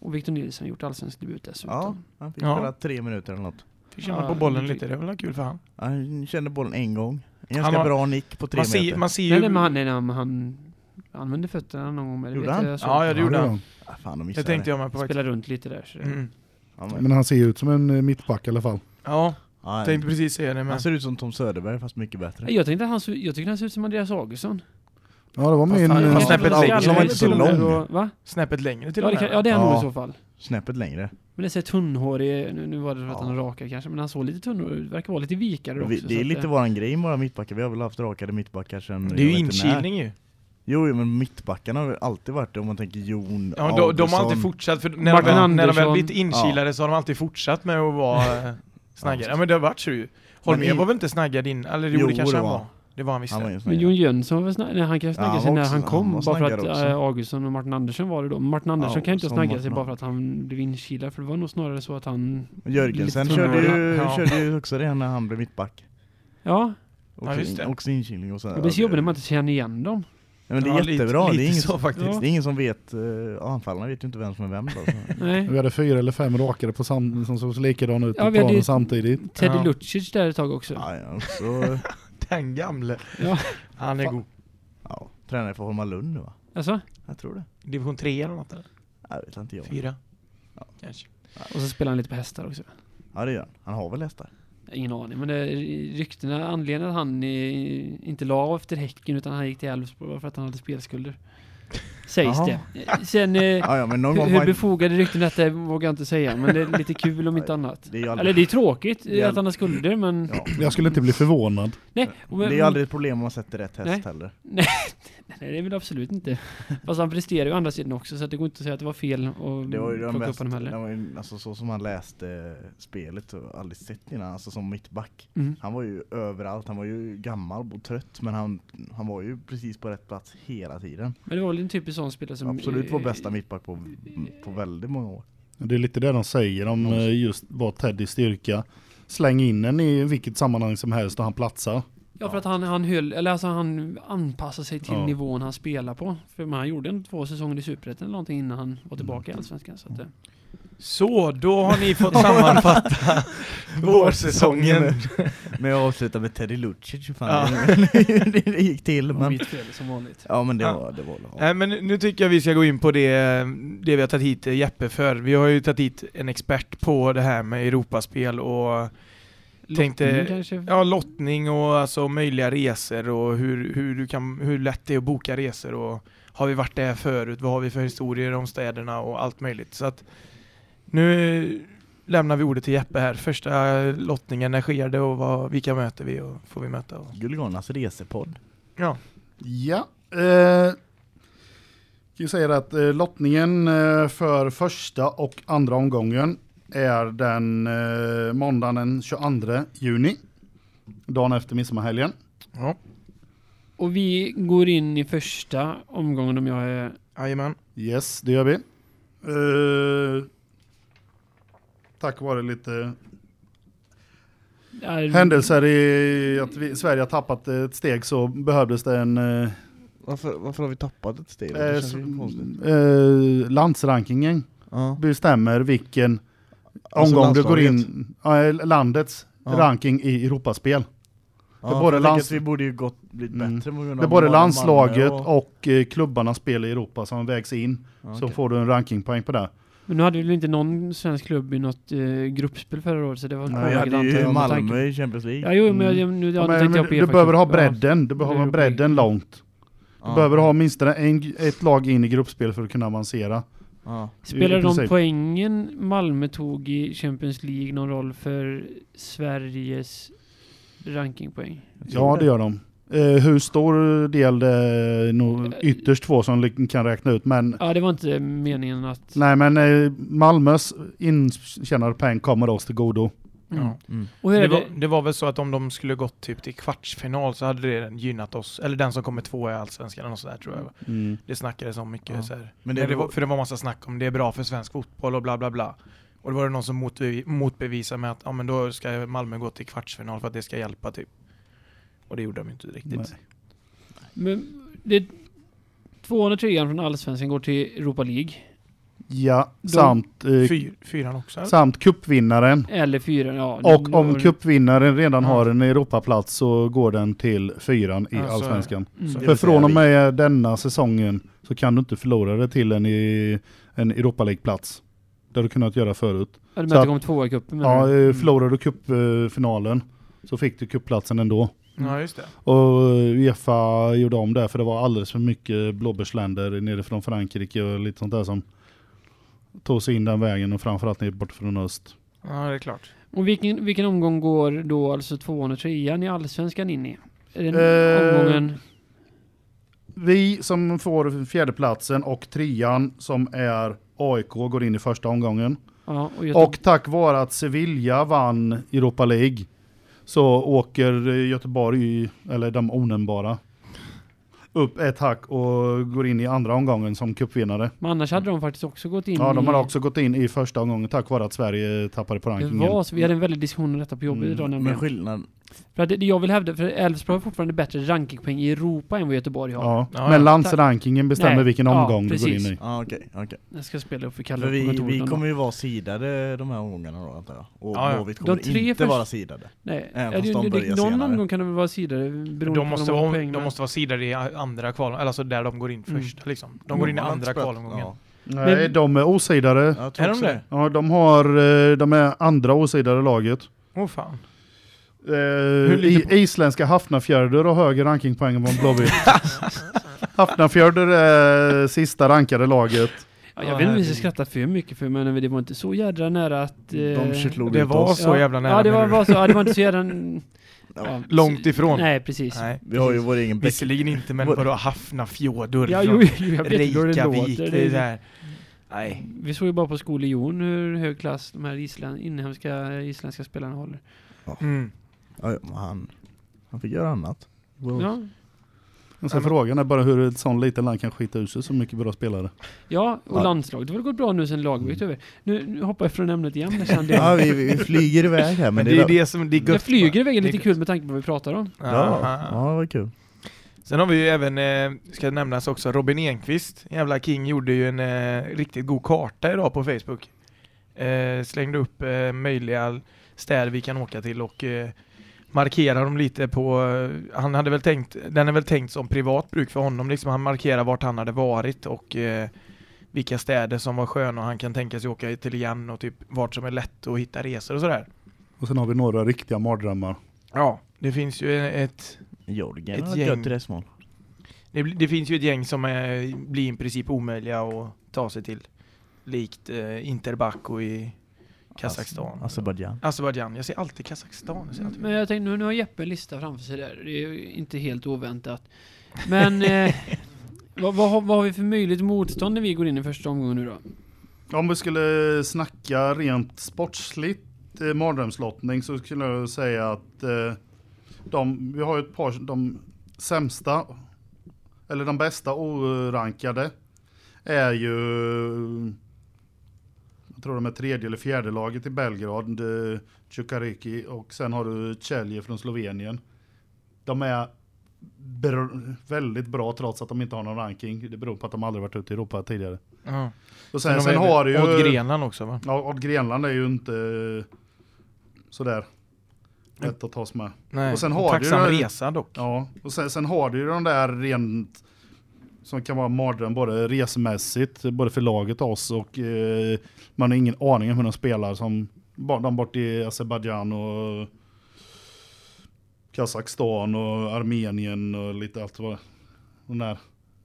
Speaker 1: och Victor Nilsson har gjort allsvensk debut dessutom.
Speaker 4: Ja, han fick
Speaker 2: Ja.
Speaker 4: spela tre minuter eller något.
Speaker 2: Fick känna
Speaker 1: Ja,
Speaker 2: på bollen
Speaker 1: det-
Speaker 2: lite, det är väl kul för han.
Speaker 4: Han kände bollen en gång. En
Speaker 2: Han
Speaker 4: ganska
Speaker 2: har-
Speaker 4: bra nick på tre
Speaker 2: Man
Speaker 4: meter.
Speaker 2: ser, man ser
Speaker 1: Nej, nej,
Speaker 2: ju...
Speaker 1: men han, nej, nej, han, han använde fötterna någon gång med det.
Speaker 4: Gjorde
Speaker 1: vet
Speaker 4: han?
Speaker 1: jag, Jag såg.
Speaker 2: Ja, ja, det
Speaker 3: Ja,
Speaker 2: gjorde
Speaker 3: gör
Speaker 2: han.
Speaker 4: Ah, fan, de
Speaker 2: Det
Speaker 4: missade
Speaker 2: tänkte
Speaker 4: det.
Speaker 2: jag med på faktiskt.
Speaker 1: Spelade runt lite där. Så det,
Speaker 2: Mm.
Speaker 4: Ja,
Speaker 3: Men
Speaker 4: men,
Speaker 3: han ser ju ut som en eh, mittback i alla fall.
Speaker 2: Ja,
Speaker 4: ja,
Speaker 2: tänkte precis säga det
Speaker 4: han
Speaker 1: Alltså-
Speaker 2: med.
Speaker 4: ser ut som Tom Söderberg fast mycket bättre.
Speaker 1: Nej, Jag tänkte att han, såg- jag tyckte han såg ut som Andreas Augustsson.
Speaker 3: Ja det var
Speaker 4: Fast
Speaker 3: min...
Speaker 4: han-
Speaker 3: eh,
Speaker 4: han
Speaker 1: Kanske
Speaker 2: snäppet
Speaker 1: från
Speaker 2: längre.
Speaker 1: skallen
Speaker 2: Han var inte
Speaker 1: till
Speaker 4: så
Speaker 1: och med då,
Speaker 4: lång.
Speaker 1: Va?
Speaker 2: Snäppet längre till
Speaker 1: Ja,
Speaker 2: och
Speaker 1: det
Speaker 2: med.
Speaker 1: kan, ja, det är han
Speaker 4: Ja.
Speaker 1: nog i så fall.
Speaker 4: Snäppet längre.
Speaker 1: Men det ser tunnhårig... Nu, nu var det för att
Speaker 4: Ja.
Speaker 1: han rakar kanske, men han såg lite tunnhårig ut. Verkar vara lite vikare också.
Speaker 4: Vi,
Speaker 1: så
Speaker 4: det är
Speaker 1: att,
Speaker 4: lite
Speaker 1: eh,
Speaker 4: våran grej med våra mittbackar. Vi har väl haft rakade mittbackar sen...
Speaker 2: Det är ju
Speaker 4: Mm, jag vet inte när.
Speaker 2: inkilning ju.
Speaker 4: Jo, jo, men mittbackarna har väl alltid varit det om man tänker Jon,
Speaker 2: Ja, de, de har alltid
Speaker 4: Augustsson.
Speaker 2: fortsatt, för när de,
Speaker 1: Martin
Speaker 2: väl, när de väl
Speaker 1: Andersson.
Speaker 2: blivit inkilade så har de alltid fortsatt med att vara eh, snaggare. Ja men det har varit så ju. Holmér
Speaker 4: Men i-
Speaker 2: var väl inte snaggad in, eller jo,
Speaker 4: Jo,
Speaker 2: det kanske
Speaker 4: det
Speaker 2: han
Speaker 4: var.
Speaker 2: var. Det var han visst.
Speaker 4: Han var
Speaker 2: det.
Speaker 4: ju en sån
Speaker 1: Men
Speaker 4: här-
Speaker 1: Jon Jönsson var väl snag- nej, han kan ju snagga
Speaker 4: Ja, han
Speaker 1: sig
Speaker 4: var
Speaker 1: när
Speaker 4: också-
Speaker 1: han kom,
Speaker 4: han var
Speaker 1: bara för
Speaker 4: snaggare
Speaker 1: att
Speaker 4: också.
Speaker 1: äh, Augustsson och Martin Andersson var det då. Men Martin Andersson
Speaker 4: Ja,
Speaker 1: kan ju inte
Speaker 4: som
Speaker 1: snagga
Speaker 4: Martin
Speaker 1: sig bara för
Speaker 4: Andersson.
Speaker 1: att han blev inkilad, för det var nog snarare så att han...
Speaker 4: Jörgensen
Speaker 1: Lite
Speaker 4: körde ju,
Speaker 2: tunnare. Ja.
Speaker 4: körde ju också det när han blev mittback.
Speaker 1: Ja,
Speaker 4: Också,
Speaker 2: Ja, just det.
Speaker 4: också inkilning och så.
Speaker 1: och det är så jobbigt när man inte känner igen dem.
Speaker 4: Nej, men det är
Speaker 2: Ja,
Speaker 4: jättebra.
Speaker 2: Lite,
Speaker 4: det, är
Speaker 2: lite
Speaker 4: ingen,
Speaker 2: så faktiskt.
Speaker 1: Ja.
Speaker 4: det är ingen som vet, uh, anfallarna vet ju inte vem som är vem. Då, så.
Speaker 1: Nej.
Speaker 3: Vi hade fyra eller fem rakare på sam, som såg likadana ut
Speaker 1: Ja,
Speaker 3: på
Speaker 1: vi hade-
Speaker 3: planen samtidigt.
Speaker 1: Teddy
Speaker 2: Ja.
Speaker 1: Lucic där ett tag också.
Speaker 4: ja, ja, och så,
Speaker 2: Den gamle.
Speaker 1: Ja.
Speaker 2: Han är
Speaker 4: Fan.
Speaker 2: god.
Speaker 4: ja, tränare för Holma Lund nu va?
Speaker 1: Alltså,
Speaker 4: Jag tror det.
Speaker 2: Division 3 eller något eller?
Speaker 4: Jag vet inte jag.
Speaker 2: 4?
Speaker 4: Ja.
Speaker 2: Kanske.
Speaker 1: och så spelar han lite på hästar också.
Speaker 4: Ja det gör han. Han har väl hästar?
Speaker 1: Ingen aning, men det, ryktena, anledningen att han eh, inte la av efter Häcken utan han gick till Elfsborg var för att han hade spelskulder. Sägs
Speaker 4: Jaha.
Speaker 1: det. Eh, Sen... eh,
Speaker 4: Ja, ja men någon gång
Speaker 1: Hur,
Speaker 4: får
Speaker 1: hur
Speaker 4: han,
Speaker 1: befogade rykten detta är vågar jag inte säga, men det är lite kul om inte annat.
Speaker 4: det är ju
Speaker 1: Eller
Speaker 4: aldrig,
Speaker 1: det är tråkigt
Speaker 4: Det är
Speaker 1: att han har skulder, men...
Speaker 4: Ja.
Speaker 3: Jag skulle inte bli förvånad.
Speaker 1: Nej, och-
Speaker 4: det är ju aldrig ett problem om man sätter rätt häst
Speaker 1: Nej.
Speaker 4: heller.
Speaker 1: nej, det är väl absolut inte. Fast han presterar ju å andra sidan också, så att det går inte att säga att det var fel att
Speaker 4: Det var ju den
Speaker 1: plocka Mm, upp
Speaker 4: mest,
Speaker 1: honom heller.
Speaker 4: den var ju, alltså, så som han läste eh, spelet och aldrig sett innan, alltså som mittback.
Speaker 1: Mm.
Speaker 4: Han var ju överallt, han var ju gammal och trött men han, han var ju precis på rätt plats hela tiden.
Speaker 1: Men det var väl en typisk sån spelare som...
Speaker 4: Absolut vår bästa
Speaker 1: eh,
Speaker 4: mittback på, på väldigt många (laughs) år.
Speaker 3: Det är lite det de säger om eh, just vad Teddys styrka. Släng in den i vilket sammanhang som helst och han platsar.
Speaker 1: Ja, för att han, han höll, eller alltså han anpassade sig till
Speaker 3: Ja.
Speaker 1: nivån han spelar på. För men han gjorde en två säsonger i Superettan eller någonting innan han var tillbaka i
Speaker 4: Mm.
Speaker 1: Allsvenskan. Så att, eh,
Speaker 2: Så, då har ni
Speaker 4: (laughs)
Speaker 2: fått sammanfatta vårsäsongen.
Speaker 4: Men jag avslutar med Teddy Lucic, hur fan
Speaker 2: Ja.
Speaker 4: det, det, gick (laughs) till.
Speaker 1: det var
Speaker 4: Men,
Speaker 1: mitt fel som vanligt.
Speaker 4: ja Äh. men det
Speaker 2: Ja.
Speaker 4: var det. Var, ja.
Speaker 2: Nej men nu tycker jag vi ska gå in på det, det vi har tagit hit eh, Jeppe för. Vi har ju tagit hit en expert på det här med Europaspel och Tänkte-
Speaker 1: Lottning kanske?
Speaker 2: ja, lottning och alltså möjliga resor och hur, hur, du kan, hur lätt det är att boka resor och har vi varit där förut? Vad har vi för historier om städerna och allt möjligt? Så att nu lämnar vi ordet till Jeppe här. Första lottningen, när sker det och vad, vilka möter vi och får vi möta? Och,
Speaker 4: Guliganas resepodd.
Speaker 2: ja.
Speaker 3: Ja. Eh, kan ju säga det att eh, lottningen eh, för första och andra omgången är den eh, måndagen den 22 juni. Dagen efter midsommarhelgen.
Speaker 2: ja.
Speaker 1: Och vi går in i första omgången om jag är...
Speaker 2: Jajamän.
Speaker 3: Yes, det gör vi. Eh, tack vare lite
Speaker 4: Mm.
Speaker 1: är
Speaker 3: händelser i att vi, Sverige har tappat ett steg så behövdes det en eh,
Speaker 4: Varför, varför har vi tappat ett steg?
Speaker 3: eh,
Speaker 4: Det känns
Speaker 3: s-
Speaker 4: ju konstigt.
Speaker 3: eh, landsrankingen
Speaker 4: Ja.
Speaker 3: bestämmer vilken
Speaker 4: Alltså
Speaker 3: omgång du går
Speaker 4: landslaget.
Speaker 3: in, ja, eh, landets
Speaker 4: Ja.
Speaker 3: ranking i Europaspel.
Speaker 4: Ja,
Speaker 3: det är
Speaker 4: för
Speaker 3: både
Speaker 4: jag tänker
Speaker 3: lands-
Speaker 4: att vi borde ju gått blivit
Speaker 3: Mm.
Speaker 4: bättre på grund av
Speaker 3: Det är både
Speaker 4: Malmö
Speaker 3: landslaget
Speaker 4: och-
Speaker 3: och eh, klubbarnas spel i Europa som vägs in.
Speaker 4: Ja,
Speaker 3: Så
Speaker 4: okej.
Speaker 3: får du en rankingpoäng på det.
Speaker 1: Men nu hade väl inte någon svensk klubb i något eh, gruppspel förra året så det var
Speaker 3: Nej,
Speaker 4: Nej,
Speaker 1: påverkat,
Speaker 4: det är
Speaker 1: antar
Speaker 4: ju
Speaker 1: jag, med tanke-
Speaker 4: Malmö i Champions League.
Speaker 1: Ja, jo, men jag,
Speaker 3: Mm.
Speaker 1: jag- nu, ja,
Speaker 3: Ja,
Speaker 1: nu
Speaker 3: men,
Speaker 1: tänkte jag på er
Speaker 3: du
Speaker 1: faktiskt.
Speaker 3: behöver ha
Speaker 1: Ja.
Speaker 3: bredden, du behöver ha
Speaker 1: Europa.
Speaker 3: bredden långt. Du
Speaker 4: Ja.
Speaker 3: behöver ha minst en, ett lag in i gruppspel för att kunna avancera.
Speaker 4: Ja.
Speaker 1: Spelar de
Speaker 3: i princip.
Speaker 1: poängen Malmö tog i Champions League någon roll för Sveriges rankingpoäng?
Speaker 4: jag tror
Speaker 3: Ja, det gör de. Eh, hur stor del det är nog ytterst två som ly- kan räkna ut, men
Speaker 1: Ja, det var inte meningen att...
Speaker 3: nej men eh, Malmös intjänade poäng kommer oss till godo.
Speaker 1: Mm.
Speaker 4: Mm.
Speaker 1: Och hur
Speaker 2: Det
Speaker 1: är
Speaker 2: var,
Speaker 1: det?
Speaker 2: det var väl så att om de skulle gått typ till kvartsfinal så hade det redan gynnat oss. Eller den som kommer tvåa i Allsvenskan eller något sådär tror jag.
Speaker 3: Mm.
Speaker 2: Det snackades om mycket
Speaker 4: Ja.
Speaker 2: så här.
Speaker 4: Men
Speaker 2: Men
Speaker 4: det
Speaker 2: det,
Speaker 4: var-
Speaker 2: var, för det var massa snack om det är bra för svensk fotboll och bla bla bla. Och då var det någon som motbe- motbevisade med att ja, men då ska Malmö gå till kvartsfinal för att det ska hjälpa typ. Och det gjorde de ju inte riktigt.
Speaker 3: Nej.
Speaker 1: Men det... Tvåan och trean från Allsvenskan går till Europa League.
Speaker 3: Ja,
Speaker 1: De-
Speaker 3: samt, eh,
Speaker 2: Fyr, fyran också? eller?
Speaker 3: samt cupvinnaren.
Speaker 1: Eller fyran, ja.
Speaker 3: Och
Speaker 1: nu-
Speaker 3: om cupvinnaren redan
Speaker 2: Ja.
Speaker 3: har en Europaplats så går den till fyran i
Speaker 2: Ja, så är det.
Speaker 3: Allsvenskan.
Speaker 1: Mm.
Speaker 2: Så-
Speaker 3: För
Speaker 4: vill säga
Speaker 3: från och
Speaker 4: vi.
Speaker 3: med denna säsongen så kan du inte förlora det till en, i, en Europa League-plats. Det har du kunnat göra förut.
Speaker 1: Ja, du
Speaker 3: så
Speaker 1: mötte
Speaker 3: att-
Speaker 1: kom tvåa i cupen menar
Speaker 3: Ja,
Speaker 1: du? Mm.
Speaker 3: eh, förlorade du cupfinalen så fick du cupplatsen ändå.
Speaker 2: Ja just det.
Speaker 3: Och eh, Uefa gjorde om det för det var alldeles för mycket blåbärsländer nere från Frankrike och lite sånt där som tog sig in den vägen och framförallt ner bort från öst.
Speaker 2: Ja det är klart.
Speaker 1: Och vilken, vilken omgång går då alltså tvåan och trean i Allsvenskan in i? Är det
Speaker 3: Eh,
Speaker 1: omgången...
Speaker 3: Vi som får fjärdeplatsen och trean som är AIK går in i första omgången.
Speaker 1: Ja, och, Göte-
Speaker 3: Och tack vare att Sevilla vann Europa League så åker eh, Göteborg, eller de onämnbara, upp ett hack och går in i andra omgången som cupvinnare.
Speaker 1: Men annars hade de faktiskt också gått in
Speaker 3: Ja, de har
Speaker 1: i...
Speaker 3: också gått in i första omgången tack vare att Sverige tappade på
Speaker 1: Mm. Det
Speaker 3: rankingen.
Speaker 1: var så, vi hade en väldig diskussion om detta på jobbet
Speaker 3: Mm,
Speaker 1: idag
Speaker 4: Men
Speaker 1: nämligen.
Speaker 4: skillnaden...
Speaker 1: För att det, det jag vill hävda, för Elfsborg har fortfarande bättre rankingpoäng i Europa än vad Göteborg har.
Speaker 3: Ja.
Speaker 2: Ja, ja.
Speaker 3: Men landsrankingen bestämmer
Speaker 1: Nej,
Speaker 3: vilken
Speaker 1: ja,
Speaker 3: omgång du går in
Speaker 1: precis.
Speaker 3: i.
Speaker 4: Ja okej, okej.
Speaker 1: Jag ska spela upp för Kalle
Speaker 4: För
Speaker 1: upp på
Speaker 4: vi,
Speaker 1: kontoret
Speaker 4: vi
Speaker 1: någon dag.
Speaker 4: kommer ju vara sidade de här omgångarna då antar jag. Och
Speaker 2: Ja, ja.
Speaker 4: Blåvitt kommer
Speaker 1: De tre
Speaker 4: inte
Speaker 1: först-
Speaker 4: vara sidade.
Speaker 1: Nej,
Speaker 4: även
Speaker 1: ja, det,
Speaker 4: fast de
Speaker 1: det, det,
Speaker 4: börjar
Speaker 1: någon
Speaker 4: senare.
Speaker 1: omgång kan de väl vara sidare beroende på
Speaker 2: De måste,
Speaker 1: de har
Speaker 2: vara,
Speaker 1: poäng.
Speaker 2: de
Speaker 1: men-
Speaker 2: måste vara sidade i andra kval, eller alltså där de går in
Speaker 1: Mm.
Speaker 2: först. Liksom. De går in i
Speaker 4: Man har
Speaker 2: andra
Speaker 4: inte spelat-
Speaker 2: kvalomgången.
Speaker 4: Ja.
Speaker 3: Nej,
Speaker 1: Men-
Speaker 3: de är osidare.
Speaker 4: Jag tror
Speaker 2: Är de
Speaker 4: också
Speaker 2: det?
Speaker 3: Ja, de, har, eh, de är andra osidare laget.
Speaker 2: Åh fan.
Speaker 3: Eh,
Speaker 2: ligger
Speaker 3: i, Isländska Hafnarfjörður har högre rankingpoäng än vad Blåvitt. Hafnarfjörður är sista rankade laget.
Speaker 1: ja,
Speaker 2: Ja,
Speaker 1: jag vet inte om vi ska
Speaker 2: herregud.
Speaker 1: skratta för mycket för men det var inte så jädra nära att... eh,
Speaker 4: De kittlade
Speaker 2: Det
Speaker 4: ut
Speaker 2: var
Speaker 4: oss.
Speaker 2: så jävla nära
Speaker 1: Ja, det var,
Speaker 2: menar du?
Speaker 1: var så, ja, det var inte så jädra... ja,
Speaker 2: Långt ifrån.
Speaker 1: Nej, precis.
Speaker 2: Nej.
Speaker 4: Vi har ju vår egen bäck.
Speaker 2: Visserligen inte, men
Speaker 4: Vår-
Speaker 2: vadå Hafnarfjordur?
Speaker 1: Ja,
Speaker 2: från
Speaker 1: jo, jo, jag vet inte hur det
Speaker 2: Reykjavik?
Speaker 1: låter.
Speaker 2: det är
Speaker 1: Det,
Speaker 2: så här. Nej.
Speaker 1: vi såg ju bara på skolejon hur hög klass de här isländ, inhemska isländska spelarna håller.
Speaker 2: Mm.
Speaker 4: Ja, ja, men han, han fick göra annat.
Speaker 1: Ja,
Speaker 3: Och sen frågan är bara hur ett sånt litet land kan skita ur sig så mycket bra spelare.
Speaker 1: ja och
Speaker 4: Ja.
Speaker 1: landslaget har väl gått bra nu sen
Speaker 2: Mm.
Speaker 1: lagbytet över. Nu, nu hoppar jag från ämnet
Speaker 2: (laughs)
Speaker 1: igen. men sen det-
Speaker 4: Ja, vi, vi flyger iväg här men,
Speaker 2: Men det är det som... Det är gött.
Speaker 1: Jag flyger iväg är
Speaker 2: Det är
Speaker 1: lite
Speaker 2: gött.
Speaker 1: kul med tanke på vad vi pratar om.
Speaker 4: Ja,
Speaker 2: Aha.
Speaker 4: ja, det var kul.
Speaker 2: Sen har vi ju även, eh, ska nämnas också, Robin Enqvist, jävla king, gjorde ju en eh, riktigt god karta idag på Facebook. Eh, slängde upp eh, möjliga städer vi kan åka till och eh, markerar dem lite på, eh, han hade väl tänkt, den är väl tänkt som privat bruk för honom liksom, han markerar vart han hade varit och eh, vilka städer som var sköna och han kan tänka sig åka till igen och typ vart som är lätt att hitta resor och sådär.
Speaker 3: Och sen har vi några riktiga mardrömmar.
Speaker 2: Ja, det finns ju eh, ett
Speaker 4: Jorgen
Speaker 2: Ett
Speaker 4: har ett
Speaker 2: gäng.
Speaker 4: gött resmål.
Speaker 2: Det, bli- det finns ju ett gäng som är, blir i princip omöjliga att ta sig till. Likt eh, Interbaku i
Speaker 3: Alltså,
Speaker 2: Kazakstan.
Speaker 4: Azerbajdzjan.
Speaker 2: Azerbajdzjan. Jag ser alltid Kazakstan. Jag ser alltid.
Speaker 1: Men jag tänkte, nu, nu har Jeppe en lista framför sig där. Det är ju inte helt oväntat. Men eh,
Speaker 2: (laughs)
Speaker 1: vad, vad, har, vad har vi för möjligt motstånd när vi går in i första omgången nu då?
Speaker 3: Om vi skulle snacka rent sportsligt eh, mardrömslottning så skulle jag säga att eh, de, vi har ju ett par, de sämsta, eller de bästa orankade är ju, jag tror de är tredje eller fjärde laget i Belgrad, eh, Cukariki och sen har du Celje från Slovenien. De är br- väldigt bra trots att de inte har någon ranking. Det beror på att de aldrig varit ute i Europa tidigare.
Speaker 2: Ja.
Speaker 3: Och
Speaker 2: Men
Speaker 3: Mm. sen,
Speaker 2: de
Speaker 3: sen
Speaker 2: är-
Speaker 3: har du ju...
Speaker 2: Odd Grenland också va?
Speaker 3: Ja, Odd Grenland är ju inte eh, sådär lätt att tas med.
Speaker 2: Nej.
Speaker 3: Och sen har
Speaker 2: Tacksam
Speaker 3: du-
Speaker 2: resa dock.
Speaker 3: Ja, och sen, sen har du ju de där rent som kan vara en mardröm både resemässigt, både för laget och oss och eh, man har ingen aning om hur de spelar som ba- de bort i Azerbajdzjan och Kazakstan och Armenien och lite allt vad de där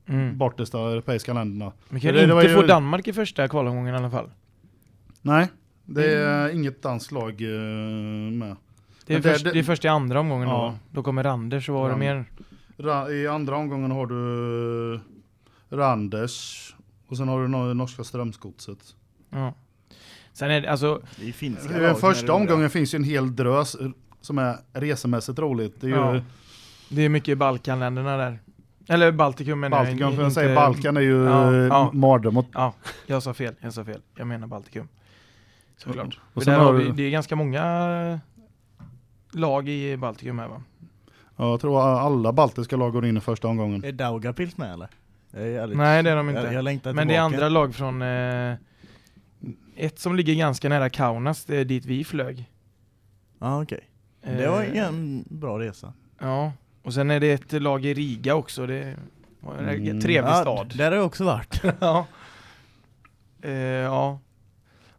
Speaker 2: Mm.
Speaker 3: bortersta europeiska länderna.
Speaker 2: Men kan
Speaker 3: Men det- det var
Speaker 2: inte
Speaker 3: ju-
Speaker 2: få Danmark i första kvalomgången i alla fall.
Speaker 3: Nej, det är inget danslag eh, med.
Speaker 2: Det är,
Speaker 3: Men det-
Speaker 2: först,
Speaker 3: det-
Speaker 2: det är först i andra omgången
Speaker 3: Ja.
Speaker 2: då. Då kommer Randers och vad var det
Speaker 3: Ran-
Speaker 2: mer?
Speaker 3: Ra- I andra omgången har du eh, Randers och sen har du no- norska strömskotset.
Speaker 2: Ja. Sen är det, alltså,
Speaker 4: Det är finska
Speaker 3: I
Speaker 4: lag,
Speaker 3: Eh, första
Speaker 4: det är roliga.
Speaker 3: omgången finns ju en hel drös eh, som är resemässigt roligt. Det är ju
Speaker 2: Ja, det är mycket Balkanländerna där. Eller Baltikum menar jag,
Speaker 3: Baltikum, för
Speaker 2: inte-
Speaker 3: jag säger Balkan är ju
Speaker 2: Ja,
Speaker 3: eh,
Speaker 2: ja.
Speaker 3: mardröm. Och,
Speaker 2: Ja, jag sa fel, jag sa fel. Jag menar Baltikum. Såklart.
Speaker 3: och
Speaker 2: Och
Speaker 3: sen
Speaker 2: där
Speaker 3: har
Speaker 2: har vi,
Speaker 3: du,
Speaker 2: det är ganska många eh, lag i Baltikum här va?
Speaker 3: ja, jag tror alla baltiska lag går in i första omgången.
Speaker 4: Är Daugavpils med eller? Jag är ärligt-
Speaker 2: Nej det är de inte.
Speaker 4: Jag, jag längtar
Speaker 2: Men det är
Speaker 4: tillbaka.
Speaker 2: andra lag från eh, ett som ligger ganska nära Kaunas, det är dit vi flög.
Speaker 4: Ja okej. Det var
Speaker 2: Eh,
Speaker 4: en bra resa.
Speaker 2: Ja, och sen är det ett lag i Riga också. Det var en
Speaker 3: Mm.
Speaker 2: trevlig
Speaker 4: Ja,
Speaker 2: stad.
Speaker 4: Där har jag också varit.
Speaker 2: (laughs) ja. Eh, ja.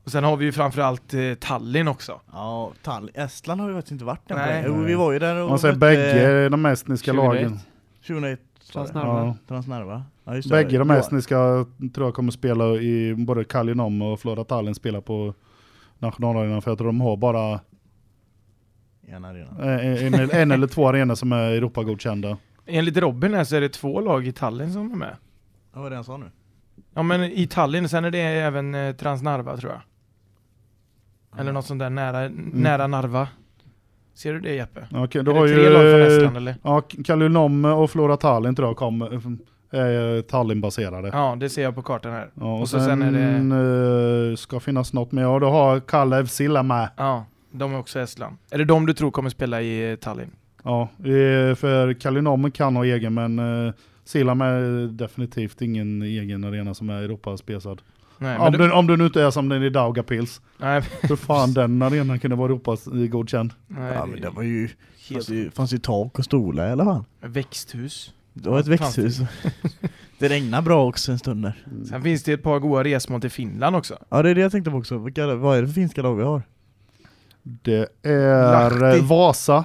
Speaker 2: Och sen har vi ju framförallt eh, Tallinn också.
Speaker 4: Ja, Tall Estland har ju faktiskt inte varit där.
Speaker 2: Nej.
Speaker 4: Nej. Jo, vi var ju där och...
Speaker 3: Om man säger
Speaker 4: mötte-
Speaker 2: eh,
Speaker 3: bägge de estniska lagen.
Speaker 4: 2001 var det.
Speaker 1: Transnarva.
Speaker 3: Ja.
Speaker 4: Transnarva. Ja, just det.
Speaker 3: Bägge de
Speaker 4: Ja.
Speaker 3: estniska tror jag kommer spela i både Kaljinom och Flora Tallinn spelar på nationalarenan för jag tror de har bara
Speaker 4: En arena.
Speaker 3: Eh, En, en eller två arenor som är Europagodkända.
Speaker 2: Enligt Robin här så är det två lag i Tallinn som är med.
Speaker 4: Ja, vad var det han sa nu?
Speaker 2: Ja men i Tallinn, sen är det även eh, Transnarva tror jag. Eller något sånt där nära, nära Narva. Ser du det Jeppe?
Speaker 3: Ja, Okej,
Speaker 2: är
Speaker 3: du
Speaker 2: det
Speaker 3: har
Speaker 2: tre lag från
Speaker 3: ju... eh,
Speaker 2: Estland eller?
Speaker 3: Ja, Kalunomme och Flora Tallinn tror jag kom, eh, är Tallinn-baserade. Ja.
Speaker 2: Ja, det ser jag på kartan här.
Speaker 3: och
Speaker 2: och så
Speaker 3: sen,
Speaker 2: sen är
Speaker 3: eh, ska finnas något mer. Ja, du har Kalle Silla med.
Speaker 2: Ja, de är också Estland. Är det de du tror kommer spela i eh, Tallinn?
Speaker 3: Ja, eh, för Kalunomme kan ha egen, men eh, Silla är definitivt ingen egen arena som är Europaspesad.
Speaker 2: Nej, men
Speaker 3: Om
Speaker 2: du-
Speaker 3: du, om du nu inte är som den i Daugavpils.
Speaker 2: nej, (laughs)
Speaker 3: Hur fan den arenan kunde vara Europagodkänd?
Speaker 2: nej,
Speaker 4: Ja
Speaker 2: det-
Speaker 4: men det var ju...
Speaker 2: Helt-
Speaker 4: Fanns ju, fanns ju tak och stolar i alla fall.
Speaker 2: Växthus.
Speaker 4: Det var ett
Speaker 2: Ja,
Speaker 4: växthus. (laughs) det regnade bra också en stund där.
Speaker 2: Sen finns det ett par goa resmål till Finland också.
Speaker 4: Ja det är det jag tänkte på också. Vilka, vad är det för finska lag vi har?
Speaker 3: Det är eh,
Speaker 2: Lahti.
Speaker 3: Vasa.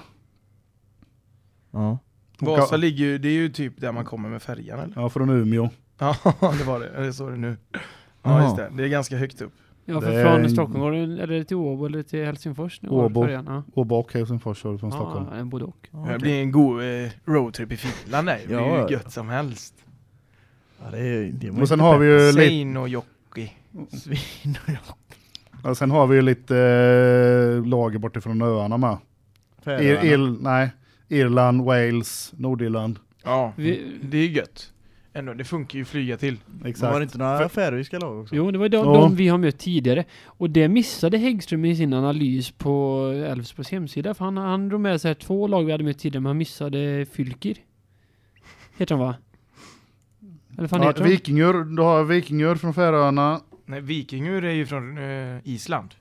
Speaker 4: Ja.
Speaker 2: Vasa ligger ju, det är ju typ där man kommer med färjan eller? (laughs)
Speaker 3: Ja, från Umeå.
Speaker 2: Ja, det var det. Eller så är det nu. Ja,
Speaker 4: Jaha.
Speaker 2: just det. Det är ganska högt upp.
Speaker 1: Ja, för
Speaker 3: Det är en-
Speaker 1: från Stockholm går det, eller till Åbo eller till Helsingfors nu?
Speaker 3: Åbo.
Speaker 1: Färjan, Ja.
Speaker 3: Och bak Helsingfors och
Speaker 1: Ah.
Speaker 3: från Stockholm.
Speaker 1: Ja, eh, både och.
Speaker 4: Ja,
Speaker 2: Det
Speaker 4: okej.
Speaker 2: blir en god eh, roadtrip i Finland där. Det blir
Speaker 4: Ja.
Speaker 2: ju gött som helst.
Speaker 4: Ja, det är, det var
Speaker 3: Och sen
Speaker 4: inte
Speaker 3: har vi
Speaker 2: Eh,
Speaker 3: ju lite,
Speaker 2: Seinojokki.
Speaker 4: Svin och jag.
Speaker 3: ja, sen har vi ju lite eh, lager bortifrån öarna med. Ir, il, nej, Irland, Wales, Nordirland.
Speaker 2: Ja,
Speaker 1: Vi-
Speaker 2: det är ju gött. Ändå, det funkar ju att flyga till.
Speaker 3: Exakt.
Speaker 4: Var det inte några färöiska lag också?
Speaker 1: Jo, det var de,
Speaker 3: Ja.
Speaker 1: de vi har mött tidigare. Och det missade Häggström i sin analys på Elfsborgs hemsida. För han, han drog med sig två lag vi hade mött tidigare, men han missade Fylkir. Heter de va? Eller fan
Speaker 3: ja,
Speaker 1: heter de?
Speaker 3: vikingur, du har vikingur från Färöarna.
Speaker 2: Nej, Vikingur är ju från eh, Island.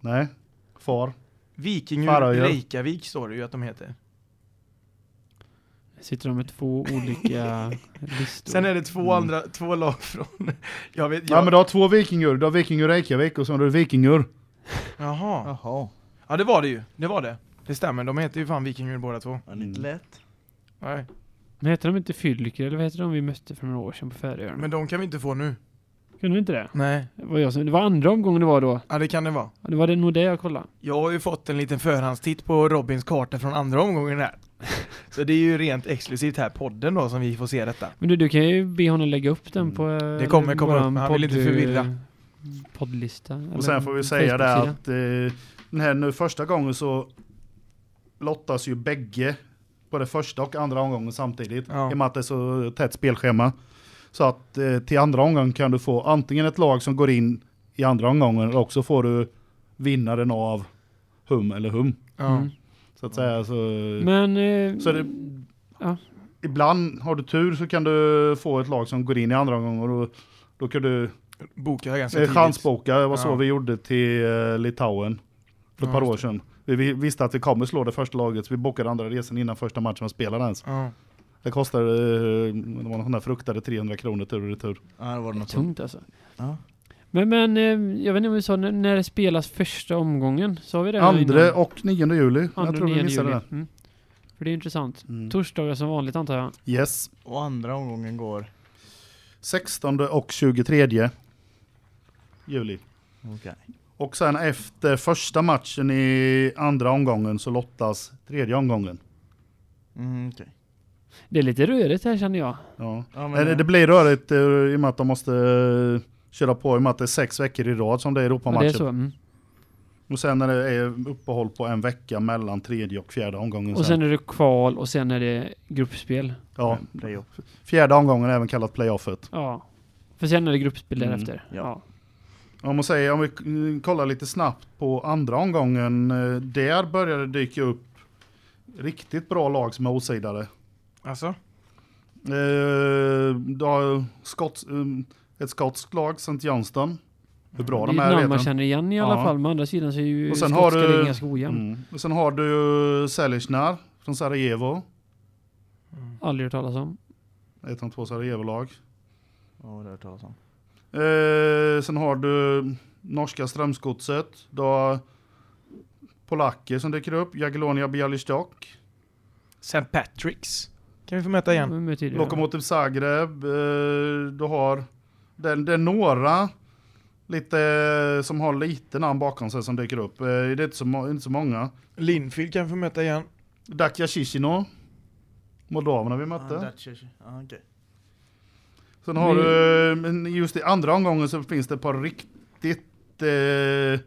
Speaker 3: Nej, far.
Speaker 2: Vikingur
Speaker 3: Färöer.
Speaker 2: Reykjavik står det ju att de heter.
Speaker 1: Sitter de med två
Speaker 3: (laughs)
Speaker 1: olika listor.
Speaker 2: Sen är det två andra, två lag från... (laughs) Jag vet,
Speaker 3: Ja.
Speaker 2: jag,
Speaker 3: men du har två vikingur. Du har vikingur Reykjavik och sen har du vikingur.
Speaker 2: Jaha.
Speaker 4: Jaha.
Speaker 2: Ja
Speaker 4: Mm.
Speaker 2: det var det ju, det var det. Det stämmer, de heter ju fan Vikingur båda två.
Speaker 4: Ja, det är inte lätt.
Speaker 2: Nej.
Speaker 1: Men heter de inte Fylker eller vad heter de vi mötte för några år sedan på Färöarna?
Speaker 2: Men de kan vi inte få nu.
Speaker 1: Kunde vi inte det?
Speaker 2: Nej,
Speaker 1: Det var, jag som, det var andra omgången det var då.
Speaker 2: ja, det kan det vara.
Speaker 1: Ja, Det var det nog det jag kollade.
Speaker 2: Jag har ju fått en liten förhandstitt på Robins karta från andra omgången här. Så det är ju rent exklusivt här, podden då, som vi får se detta.
Speaker 1: Men du, du kan ju be honom lägga upp
Speaker 3: Mm.
Speaker 1: den på... eh,
Speaker 2: Det kommer komma
Speaker 1: våran eh,
Speaker 2: upp, men han vill inte förvirra.
Speaker 1: Poddlista. eller
Speaker 3: Och sen får vi säga det
Speaker 1: Facebook-sida.
Speaker 3: att eh, den här nu första gången så lottas ju bägge på det första och andra omgången samtidigt.
Speaker 2: Ja.
Speaker 3: I och med att det är så tätt spelschema. Så att eh, till andra omgången kan du få antingen ett lag som går in i andra omgången eller också får du vinnaren av hum eller hum.
Speaker 2: Ja.
Speaker 1: Mm.
Speaker 3: Så att säga så...
Speaker 1: Men... Eh,
Speaker 3: så är det,
Speaker 1: ja.
Speaker 3: Ibland har du tur så kan du få ett lag som går in i andra omgången och då, då kan du
Speaker 2: Bokar jag ganska
Speaker 3: Eh,
Speaker 2: Alltså, tidigt.
Speaker 3: chansboka, det var så
Speaker 2: Ja.
Speaker 3: vi gjorde till eh, Litauen för
Speaker 2: Ja,
Speaker 3: ett par år
Speaker 2: just
Speaker 3: sedan. Vi, vi visste att vi kommer slå det första laget, så vi bokade andra resan innan första matchen spelade ens.
Speaker 2: Ja.
Speaker 3: Det kostade, eh, det var någon där fruktade 300 kronor tur och retur.
Speaker 4: Ja, det var det något sånt.
Speaker 1: Tungt alltså.
Speaker 4: Ja.
Speaker 1: Men, men eh, jag vet inte om vi sa när, när det spelas första omgången. Sa vi det? här
Speaker 3: Andra
Speaker 1: innan?
Speaker 3: och 9 juli, jag
Speaker 1: Andra
Speaker 3: tror vi
Speaker 1: nionde
Speaker 3: missade
Speaker 1: juli.
Speaker 3: det.
Speaker 1: Mm. För det är intressant.
Speaker 3: Mm.
Speaker 1: Torsdagar som vanligt antar jag.
Speaker 3: Yes.
Speaker 4: Och andra omgången går...
Speaker 3: 16 och 23 juli.
Speaker 4: Okej.
Speaker 3: Och sen efter första matchen i andra omgången så lottas tredje omgången.
Speaker 4: Mm, okej.
Speaker 1: Det är lite rörigt här känner jag.
Speaker 3: Ja.
Speaker 4: Ja,
Speaker 3: Nej, det, det blir rörigt eh, i och med att de måste eh, köra på i och med att det är sex veckor i rad som det är
Speaker 1: Ja, det är
Speaker 3: Europamatcher.
Speaker 1: så. Mm.
Speaker 3: och sen när det är uppehåll på en vecka mellan tredje och fjärde omgången.
Speaker 1: Och sen är det kval och sen är det gruppspel.
Speaker 3: ja,
Speaker 4: Playoff.
Speaker 3: fjärde omgången är även kallat playoffet.
Speaker 1: Ja. För sen är det gruppspel
Speaker 3: Mm,
Speaker 1: därefter.
Speaker 4: ja.
Speaker 1: Ja.
Speaker 3: Om, man säger, om vi eh, kollar lite snabbt på andra omgången, eh, där började det dyka upp riktigt bra lag som är osidade.
Speaker 2: Alltså?
Speaker 3: Eh, du har Skotts- eh, ett skotskt lag, St. Johnston. Hur bra
Speaker 1: Det är
Speaker 3: de
Speaker 1: ju
Speaker 3: är
Speaker 1: namn man
Speaker 3: redan.
Speaker 1: känner igen i alla
Speaker 3: Ja.
Speaker 1: fall. Men å andra sidan så är ju
Speaker 3: Och sen har
Speaker 1: skotska
Speaker 3: du-
Speaker 1: ligan ganska ojämn.
Speaker 3: Mm. Och sen har du Selishnar från Sarajevo.
Speaker 1: Aldrig hört talas om.
Speaker 3: Ett av två Sarajevo-lag.
Speaker 4: Ja, det har jag hört talas om.
Speaker 3: Eh, sen har du norska Strömsgodset. Du har polacker som dyker upp. Jagiellonia Bialystok.
Speaker 2: St. Patrick's. Kan vi få möta igen?
Speaker 1: Men Med tidigare.
Speaker 3: Lokomotiv Zagreb. Eh, du har... Det, det är några lite, som har lite namn bakom sig som dyker upp. Eh, det är inte så, må- inte så många.
Speaker 2: Linfield kan vi få möta igen.
Speaker 3: Dakia Chisinau. Moldaverna vi mötte.
Speaker 4: Ah, Dutchers. Ah, okej.
Speaker 3: Sen har du, eh, men just i andra omgången så finns det ett par riktigt, eh,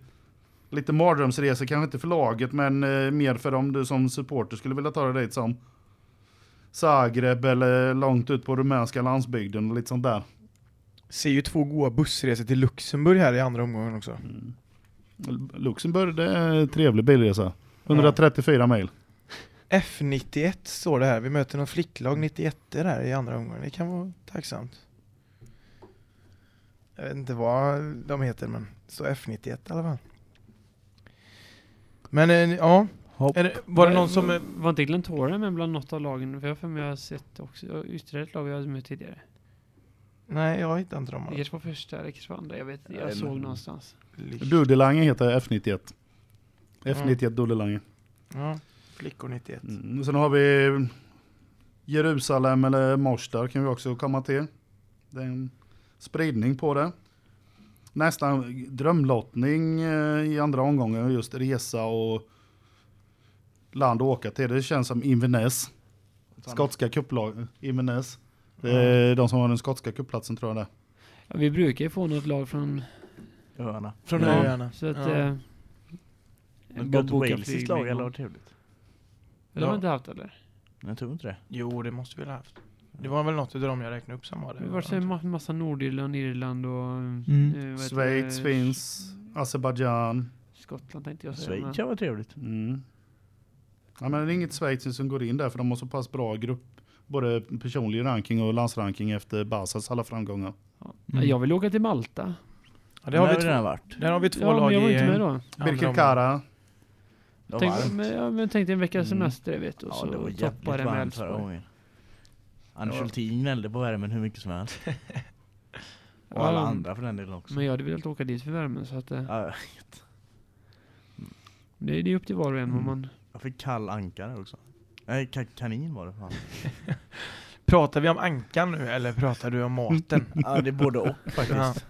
Speaker 3: lite mardrömsresor, kanske inte för laget men eh, mer för om du som supporter skulle vilja ta dig dit som Zagreb eller långt ut på rumänska landsbygden och lite sånt där.
Speaker 2: Ser ju två goa bussresor till Luxemburg här i andra omgången också.
Speaker 3: L- Luxemburg, det är en trevlig bilresa. 134 mil.
Speaker 2: F91 står det här. Vi möter någon flicklag 91 där i andra omgången. Det kan vara tacksamt. Jag vet inte vad de heter men så F91 i alla fall. Men eh, ja,
Speaker 4: Hopp.
Speaker 2: är det, var det någon som... eh,
Speaker 1: Mm. Var inte Glentora med bland något av lagen? För jag har för mig jag har sett också ytterligare ett lag vi har mött tidigare.
Speaker 2: Nej, jag hittar inte dem.
Speaker 1: Det kanske var första eller kanske var andra. Jag vet inte. Jag
Speaker 4: Nej,
Speaker 1: såg
Speaker 4: men-
Speaker 1: någonstans.
Speaker 3: Dudelange heter F91. F91 Dudelange.
Speaker 2: Ja, flickor 91.
Speaker 3: Mm. Sen har vi Jerusalem eller Mostar kan vi också komma till. Det är en spridning på det. Nästan drömlottning eh, i andra omgången, just resa och land att åka till. Det känns som Inverness, skotska cuplag. Inverness. Det är de som har den skotska cupplatsen tror jag det
Speaker 1: Ja, vi brukar ju få något lag från...
Speaker 4: Öarna.
Speaker 2: Från
Speaker 1: Ja,
Speaker 2: öarna.
Speaker 1: Så att...
Speaker 2: Ja.
Speaker 1: Eh,
Speaker 4: Men
Speaker 1: bara
Speaker 4: Gott
Speaker 1: boka
Speaker 4: Walesiskt
Speaker 1: flygning.
Speaker 4: lag eller vad trevligt?
Speaker 1: Det har
Speaker 2: Ja.
Speaker 1: vi inte haft eller?
Speaker 4: Jag tror inte det.
Speaker 2: Jo, det måste vi väl ha haft. Det var väl något av dem jag räknade upp som var det.
Speaker 1: Det var så en ma- massa Nordirland, Irland och... eh, vad
Speaker 2: Mm.
Speaker 1: heter det?
Speaker 3: Schweiz finns, Azerbajdzjan.
Speaker 1: Skottland tänkte jag säga. men-
Speaker 4: Schweiz kan vara trevligt.
Speaker 3: Mm. Ja, men det är inget Schweiz som går in där för de har så pass bra grupp. Både personlig ranking och landsranking efter Basas alla framgångar.
Speaker 4: Mm.
Speaker 1: Ja, Jag vill åka till Malta.
Speaker 2: Ja, det har
Speaker 4: Där
Speaker 2: vi två,
Speaker 4: redan varit.
Speaker 2: där har vi två
Speaker 1: ja,
Speaker 2: lag
Speaker 1: men jag var
Speaker 2: i...
Speaker 1: inte med då.
Speaker 2: andra omgången.
Speaker 3: Birkelkara.
Speaker 4: Det var
Speaker 1: Tänk,
Speaker 4: varmt.
Speaker 1: men, ja, men tänkte en vecka
Speaker 4: Mm.
Speaker 1: semester, jag vet. Och
Speaker 4: Ja,
Speaker 1: så
Speaker 4: det var jävligt
Speaker 1: toppar det med
Speaker 4: varmt
Speaker 1: Elfsborg.
Speaker 4: förra gången. Anders
Speaker 2: Ja.
Speaker 4: Hultin gnällde på värmen hur mycket som helst. Och
Speaker 1: Ja,
Speaker 4: alla
Speaker 1: men-
Speaker 4: andra för den delen också.
Speaker 1: Men jag hade velat åka dit för värmen så att eh,
Speaker 4: Ja,
Speaker 1: det, det är upp till var och en om
Speaker 4: Mm.
Speaker 1: man...
Speaker 4: Jag fick kall ankare också. Nej, ka kanin var det. Fan.
Speaker 2: Pratar vi om ankan nu eller pratar du om maten?
Speaker 4: Ja, det är både (laughs) och faktiskt.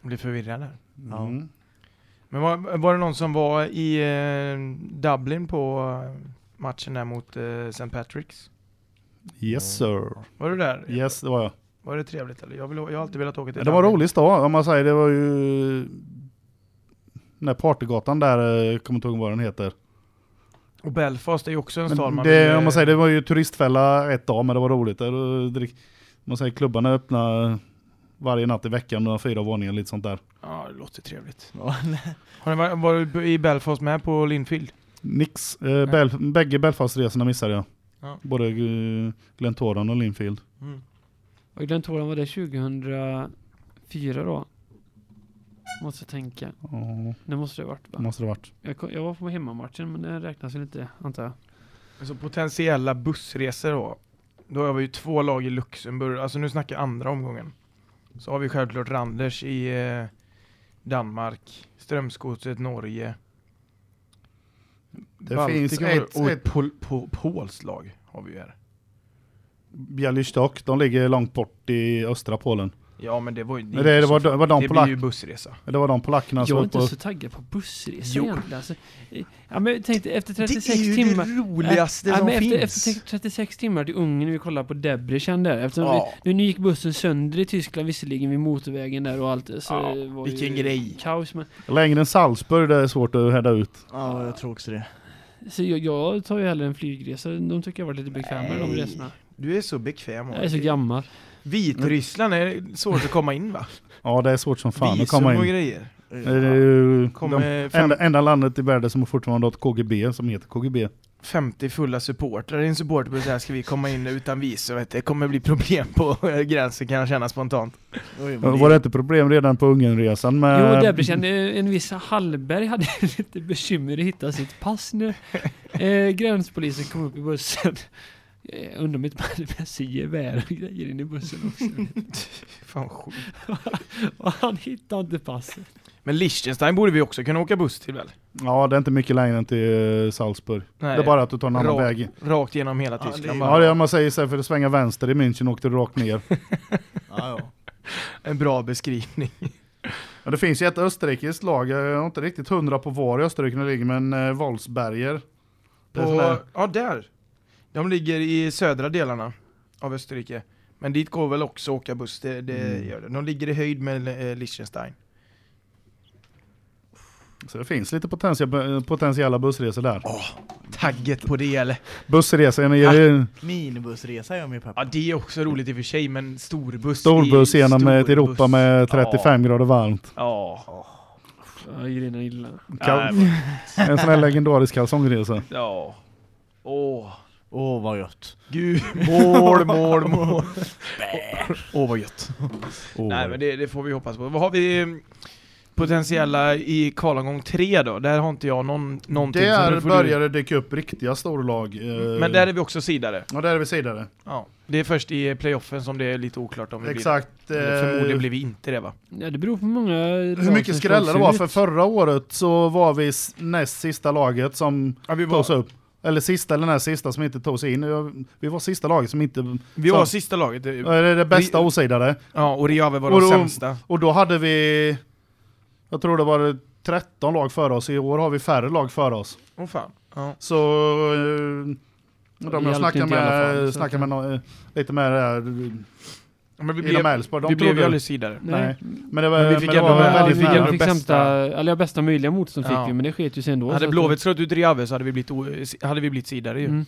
Speaker 2: Jag blir förvirrad här.
Speaker 4: Ja.
Speaker 3: Mm.
Speaker 2: Men var, var det någon som var i eh, Dublin på eh, matchen där mot eh, St. Patrick's?
Speaker 3: Yes sir.
Speaker 2: Var du där?
Speaker 3: Yes, det var jag.
Speaker 2: Var det trevligt eller? Jag, vill, jag har alltid velat åka till
Speaker 3: Ja, det var en
Speaker 2: Dublin.
Speaker 3: rolig stad, om man säger. Det var ju... Den där partygatan där, eh, jag kommer inte ihåg vad den heter.
Speaker 2: Och Belfast är ju också en stad
Speaker 3: Men
Speaker 2: man
Speaker 3: det,
Speaker 2: vill,
Speaker 3: om man
Speaker 2: eh,
Speaker 3: säger, det var ju turistfälla ett dag, men det var roligt. Där, och drick, om man säger, klubbarna öppna varje natt i veckan, några fyra våningar lite sånt där.
Speaker 2: Ja, det låter trevligt.
Speaker 4: Ja, nej.
Speaker 2: Har ni varit, var du i Belfast med på Linfield?
Speaker 3: Nix. Eh, Bel, bägge Belfastresorna missade jag.
Speaker 2: Ja.
Speaker 3: Både eh, Glentoran och Linfield.
Speaker 1: Och Glentoran var det 2004 då? Måste jag tänka.
Speaker 3: Ja,
Speaker 1: Det måste det ha varit va?
Speaker 3: det
Speaker 4: Mm.
Speaker 3: måste det ha varit.
Speaker 1: Jag, ko- jag var på hemmamatchen men det räknas väl inte antar jag.
Speaker 2: Alltså potentiella bussresor då. Då har vi ju två lag i Luxemburg, alltså nu snackar jag andra omgången. Så har vi självklart Randers i eh, Danmark, Strömsgodset Norge.
Speaker 3: Det
Speaker 2: Baltikum
Speaker 3: finns
Speaker 2: har-
Speaker 3: ett-
Speaker 2: och ett,
Speaker 3: ett-
Speaker 2: pol, pol, polskt lag har vi ju här.
Speaker 3: Bialystok, de ligger långt bort i östra Polen.
Speaker 2: Ja men det var ju...
Speaker 3: Det, det,
Speaker 2: inte så
Speaker 3: var,
Speaker 2: farligt.
Speaker 3: det var de
Speaker 2: det blir
Speaker 3: polack,
Speaker 2: ju bussresa.
Speaker 3: det var de polackerna
Speaker 1: jag
Speaker 3: som
Speaker 1: är
Speaker 3: var
Speaker 1: inte
Speaker 3: uppe och
Speaker 1: så taggad på bussresor
Speaker 2: Jo.
Speaker 1: egentligen. Alltså, eh, ja, men jag tänkte efter 36 timmar.
Speaker 2: det roligaste
Speaker 1: Ja, men efter, efter 36 timmar till Ungern, vi kollade på Debrecen där. Eftersom
Speaker 2: Ja.
Speaker 1: vi, nu, nu gick bussen sönder i Tyskland visserligen vid motorvägen där och allt. Så
Speaker 2: Ja,
Speaker 1: det var
Speaker 2: vilken
Speaker 1: ju
Speaker 2: grej.
Speaker 1: Kaos, men,
Speaker 3: Längre än Salzburg, det är svårt att härda ut.
Speaker 4: ja, jag tror också det.
Speaker 1: så jag, jag tar ju hellre en flygresa. De tycker jag var lite bekvämare de
Speaker 2: Nej.
Speaker 1: resorna.
Speaker 2: Du är så bekväm.
Speaker 1: Jag är så gammal.
Speaker 2: Vitryssland är svårt att komma in va?
Speaker 3: Ja, det är svårt som fan att
Speaker 2: Visum
Speaker 3: komma
Speaker 2: och
Speaker 3: in.
Speaker 2: grejer.
Speaker 3: Det är ju
Speaker 2: Kommer
Speaker 3: de,
Speaker 2: fem-
Speaker 3: enda, enda landet i världen som fortfarande har ett KGB som heter KGB.
Speaker 2: 50 fulla supportrar i en supporterbus här ska vi komma in utan visum. vet du. Det kommer bli problem på (laughs) eh, gränsen kan jag känna spontant.
Speaker 4: Oj, men
Speaker 3: Var det inte problem redan på Ungernresan med...
Speaker 1: Jo, Debrecen, eh, en viss Hallberg hade (laughs) lite bekymmer att hitta sitt pass
Speaker 2: (laughs)
Speaker 1: när eh, gränspolisen kom upp i bussen. Eh, undrar om inte man hade med sig gevär och grejer in i bussen också. (laughs)
Speaker 2: Fan sjukt.
Speaker 1: och han hittade inte passet.
Speaker 2: Men Liechtenstein borde vi också kunna åka buss till väl?
Speaker 3: Ja, det är inte mycket längre än till eh, Salzburg.
Speaker 2: Nej,
Speaker 3: Det är bara att du tar en annan
Speaker 2: Rakt-
Speaker 3: väg.
Speaker 2: Rakt genom hela
Speaker 4: Ja, det är-
Speaker 2: Tyskland
Speaker 3: Ja, det är
Speaker 2: bara.
Speaker 3: om man säger istället för att svänga vänster i München åkte du
Speaker 2: (laughs)
Speaker 3: rakt ner.
Speaker 4: Ja, ja.
Speaker 2: En bra beskrivning.
Speaker 3: Ja, det finns ju ett österrikiskt lag, jag har inte riktigt hundra på var i Österrike det ligger, men eh, Wolfsberger. Det är sån
Speaker 2: På,
Speaker 3: där-
Speaker 2: ja, där. De ligger i södra delarna av Österrike. Men dit går väl också att åka buss, det, det
Speaker 3: Mm.
Speaker 2: gör det. De ligger i höjd med eh, Liechtenstein.
Speaker 3: Så det finns lite potentia- potentiella bussresor där.
Speaker 2: Tagget på det eller?
Speaker 3: Bussresan är
Speaker 2: Äh,
Speaker 3: ju
Speaker 4: Minibussresa är jag med
Speaker 2: Ja
Speaker 4: pepp.
Speaker 2: det är också roligt i och för sig, men storbuss
Speaker 3: storbuss
Speaker 2: är-
Speaker 3: genom ett
Speaker 2: storbuss.
Speaker 3: Europa med 35 grader varmt.
Speaker 2: Ja.
Speaker 1: Jag grinar illa.
Speaker 2: Ja.
Speaker 3: Ka- (laughs) en sån här legendarisk kalsongresa.
Speaker 2: ja. Åh.
Speaker 4: Åh vad gött.
Speaker 2: Gud. Mål, mål, mål. Åh vad gött.
Speaker 3: Oh.
Speaker 2: (laughs) Nej men det, det får vi hoppas på. Vad har vi eh, potentiella i kvalomgång tre då? Där har inte jag någon, någonting. så nu
Speaker 3: där
Speaker 2: får
Speaker 3: börjar det dyka upp riktiga storlag. eh,
Speaker 2: Du... Men där är vi också sidare.
Speaker 3: Ja, där är vi sidare.
Speaker 2: Ja. Det är först i playoffen som det är lite oklart om vi
Speaker 3: Exakt.
Speaker 2: blir det. Eller
Speaker 3: eh,
Speaker 2: Förmodligen blir vi inte det va?
Speaker 1: Ja, det beror på hur många
Speaker 3: Hur mycket skrällar det var, för
Speaker 1: för...
Speaker 3: förra året så var vi s- näst sista laget som
Speaker 2: Ja, vi
Speaker 3: tog sig upp. Eller sista eller näst sista som inte tog sig in. Jag- Vi var sista laget som inte...
Speaker 2: vi var
Speaker 3: som-
Speaker 2: sista laget. eh,
Speaker 3: Eller det bästa
Speaker 2: Vi-
Speaker 3: osidade.
Speaker 2: Ja, och Reave var
Speaker 3: Och
Speaker 2: de
Speaker 3: då-
Speaker 2: sämsta.
Speaker 3: Och då hade vi... Jag tror det var 13 lag före oss. I år har vi färre lag före oss.
Speaker 2: Åh fan. Ja.
Speaker 3: Så... eh, De
Speaker 1: hjälpte
Speaker 3: jag snackade
Speaker 1: inte i alla fall,
Speaker 3: med,
Speaker 1: så
Speaker 3: snackade
Speaker 1: att-
Speaker 3: med nå- eh, lite med det här, eh,
Speaker 2: Men vi
Speaker 3: inom
Speaker 2: blev,
Speaker 3: Elfsborg, de
Speaker 2: vi
Speaker 3: trodde...
Speaker 2: blev ju aldrig sidare.
Speaker 1: Nej.
Speaker 3: Nej. Men det var,
Speaker 2: Men
Speaker 3: men
Speaker 2: vi fick
Speaker 3: det
Speaker 2: ändå
Speaker 3: var
Speaker 2: med-
Speaker 1: Ja, vi
Speaker 3: väldigt
Speaker 1: fick,
Speaker 2: nära.
Speaker 1: vi
Speaker 3: nära.
Speaker 1: fick
Speaker 2: Bästa-
Speaker 1: sämsta, eller ja, bästa möjliga motstånd
Speaker 2: Ja.
Speaker 1: fick vi, men det sket ju sig ändå. så
Speaker 2: Hade
Speaker 1: att-
Speaker 2: Blåvitt slagit ut Reave så hade vi blivit, o- hade vi blivit sidare ju.
Speaker 1: Mm.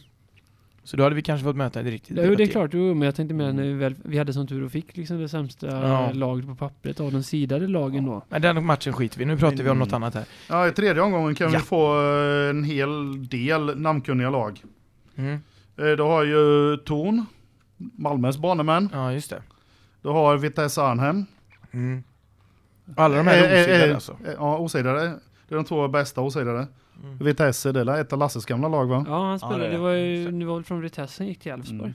Speaker 2: Så då hade vi kanske fått möta ett riktigt
Speaker 1: Jo, det är
Speaker 2: debattering.
Speaker 1: klart. Jo, men jag tänkte mer när vi, väl, vi hade som tur och fick liksom det sämsta
Speaker 2: Ja.
Speaker 1: laget på pappret av de sidade lagen då.
Speaker 2: Men den matchen skiter vi i. nu pratar vi om
Speaker 4: Mm.
Speaker 2: något annat här.
Speaker 3: Ja, i tredje omgången kan
Speaker 2: Ja.
Speaker 3: vi få eh, en hel del namnkunniga lag.
Speaker 2: Mm.
Speaker 3: Eh, Du har ju Torn, Malmös banemän.
Speaker 2: Ja, just det.
Speaker 3: Du har Vitesse Arnhem.
Speaker 2: Mm. Alla de här är osidare alltså.
Speaker 3: eh, Ja, osidare. Det är de två bästa osidare.
Speaker 2: Mm.
Speaker 3: Vitesse, det är ett av Lasses gamla lag va?
Speaker 1: Ja, han spelade.
Speaker 4: det är
Speaker 1: det,
Speaker 4: det.
Speaker 1: var ju, det var väl från Vitesse han gick till Elfsborg.
Speaker 3: Mm.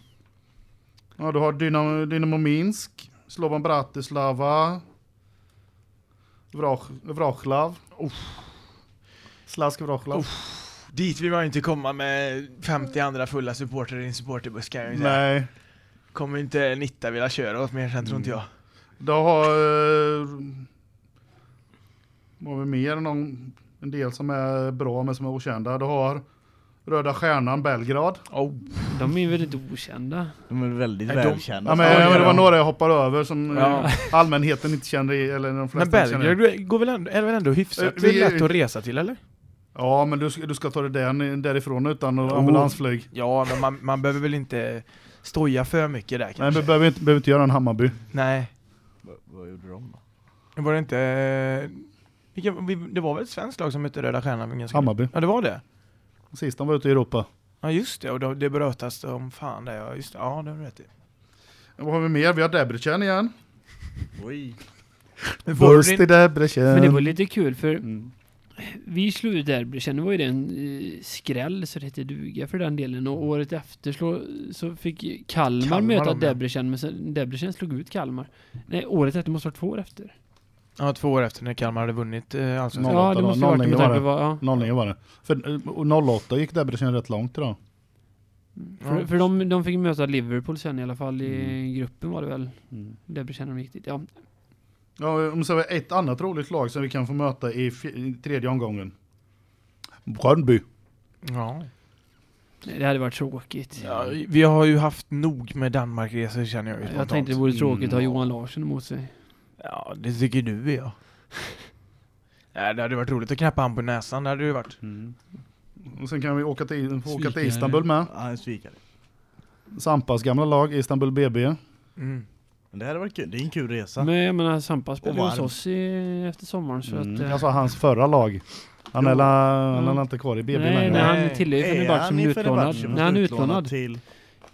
Speaker 3: Ja, du har Dynamo, Dynamo Minsk, Slovan Bratislava, Vrach, Vraclav. Slask Vraclav.
Speaker 2: Dit vill man ju inte komma med 50 andra fulla supportrar i en supporterbuss kan jag ju säga.
Speaker 3: Nej,
Speaker 2: Kommer inte Nitta vilja köra åt mer sen tror
Speaker 3: Mm.
Speaker 2: inte jag.
Speaker 3: Då har... eh, Vad har vi mer? Någon, en del som är bra men som är okända. Du har Röda Stjärnan Belgrad.
Speaker 2: Oh.
Speaker 1: De är väl inte okända?
Speaker 4: De är väldigt
Speaker 2: Nej, de-
Speaker 4: välkända.
Speaker 3: Ja, men,
Speaker 2: ja, ja.
Speaker 3: det var några jag hoppade över som
Speaker 2: Ja.
Speaker 3: eh, allmänheten inte känner i- eller de flesta
Speaker 2: Men
Speaker 3: inte känner i.
Speaker 2: Belgrad går väl ändå, är väl ändå
Speaker 3: Eh,
Speaker 2: hyfsat? Det
Speaker 3: vi-
Speaker 2: är lätt att resa till eller?
Speaker 3: Ja men du, ska- du ska ta det där, därifrån utan att
Speaker 2: Jo.
Speaker 3: ambulansflyg.
Speaker 2: Ja, men man, man behöver väl inte stoja för mycket där
Speaker 3: Nej
Speaker 2: kanske?
Speaker 3: men behöver inte, behöver inte göra en Hammarby.
Speaker 2: Nej.
Speaker 4: Vad, vad gjorde de då?
Speaker 2: Var det inte... eh, Vilka, vi- det var väl ett svenskt lag som mötte Röda Stjärnan? för ganska-
Speaker 3: Hammarby.
Speaker 2: Ja, det var det.
Speaker 3: Sist de var ute i Europa.
Speaker 2: Ja, just det. Och då, det brötas om fan där. Ja, just det. Ja, det har du rätt i.
Speaker 3: Vad har vi mer? Vi har Debrecen igen.
Speaker 4: Oj.
Speaker 2: Men var
Speaker 3: Burst
Speaker 2: det
Speaker 3: i
Speaker 2: din-
Speaker 3: Debrecen.
Speaker 1: Men det var lite kul för
Speaker 3: Ehm, Mm.
Speaker 1: vi slog ut Derbykänn, det var ju det en eh, skräll så det hette duga för den delen och året efter slå, så fick Kalmar,
Speaker 2: Kalmar
Speaker 1: möta
Speaker 2: de, ja.
Speaker 1: Derbykänn men sen- Derbykänn slog ut Kalmar. Nej, året efter måste ha varit två år efter.
Speaker 2: Ja, två år efter när Kalmar hade vunnit eh, allsvenskan.
Speaker 3: Ja. 08
Speaker 1: ja, det
Speaker 3: då,
Speaker 1: måste ha varit
Speaker 3: 09
Speaker 1: med
Speaker 3: var
Speaker 1: tanke
Speaker 3: det.
Speaker 1: på vad- ja.
Speaker 3: 09 var det. För eh, och 08 gick Debrecen rätt långt idag.
Speaker 1: För,
Speaker 2: Ja.
Speaker 1: för de, de fick möta Liverpool sen i alla fall i gruppen var det väl.
Speaker 3: Mm.
Speaker 1: Derbykänn de gick dit. Ja,
Speaker 3: Ja, om så är ett annat roligt lag som vi kan få möta i, fj- i tredje omgången. Brönnby.
Speaker 2: Ja.
Speaker 1: nej, det hade varit tråkigt.
Speaker 2: ja. Vi har ju haft nog med Danmarkresor känner jag ju
Speaker 1: Jag
Speaker 2: spontant.
Speaker 1: tänkte det vore tråkigt att ha
Speaker 3: Mm.
Speaker 1: Johan Larsson emot sig.
Speaker 2: Ja, det tycker
Speaker 1: (laughs)
Speaker 2: du ja. Nej, det hade varit roligt att knäppa han på näsan. Det hade det ju varit.
Speaker 3: Mm. Och sen kan vi åka till, få åka till
Speaker 1: Svikare.
Speaker 3: Istanbul med.
Speaker 4: Ja, en svikare.
Speaker 3: Sampas gamla lag, Istanbul BB.
Speaker 2: Mm.
Speaker 4: Men det här var kul. Det är en kul resa.
Speaker 1: Men jag menar Sampa spelade
Speaker 4: Och
Speaker 1: hos
Speaker 4: varm.
Speaker 1: oss i, efter sommaren så att...
Speaker 3: Mm.
Speaker 1: eh, Mm.
Speaker 3: Alltså hans förra lag. Han är, la, han är inte kvar i BB
Speaker 1: nej,
Speaker 3: längre.
Speaker 1: nej,
Speaker 2: Nej.
Speaker 1: han tillhör ju Fenerbahçe som
Speaker 4: i
Speaker 1: utlånad.
Speaker 4: Fenerbahce?
Speaker 1: Nej, han är utlånad.
Speaker 4: Till...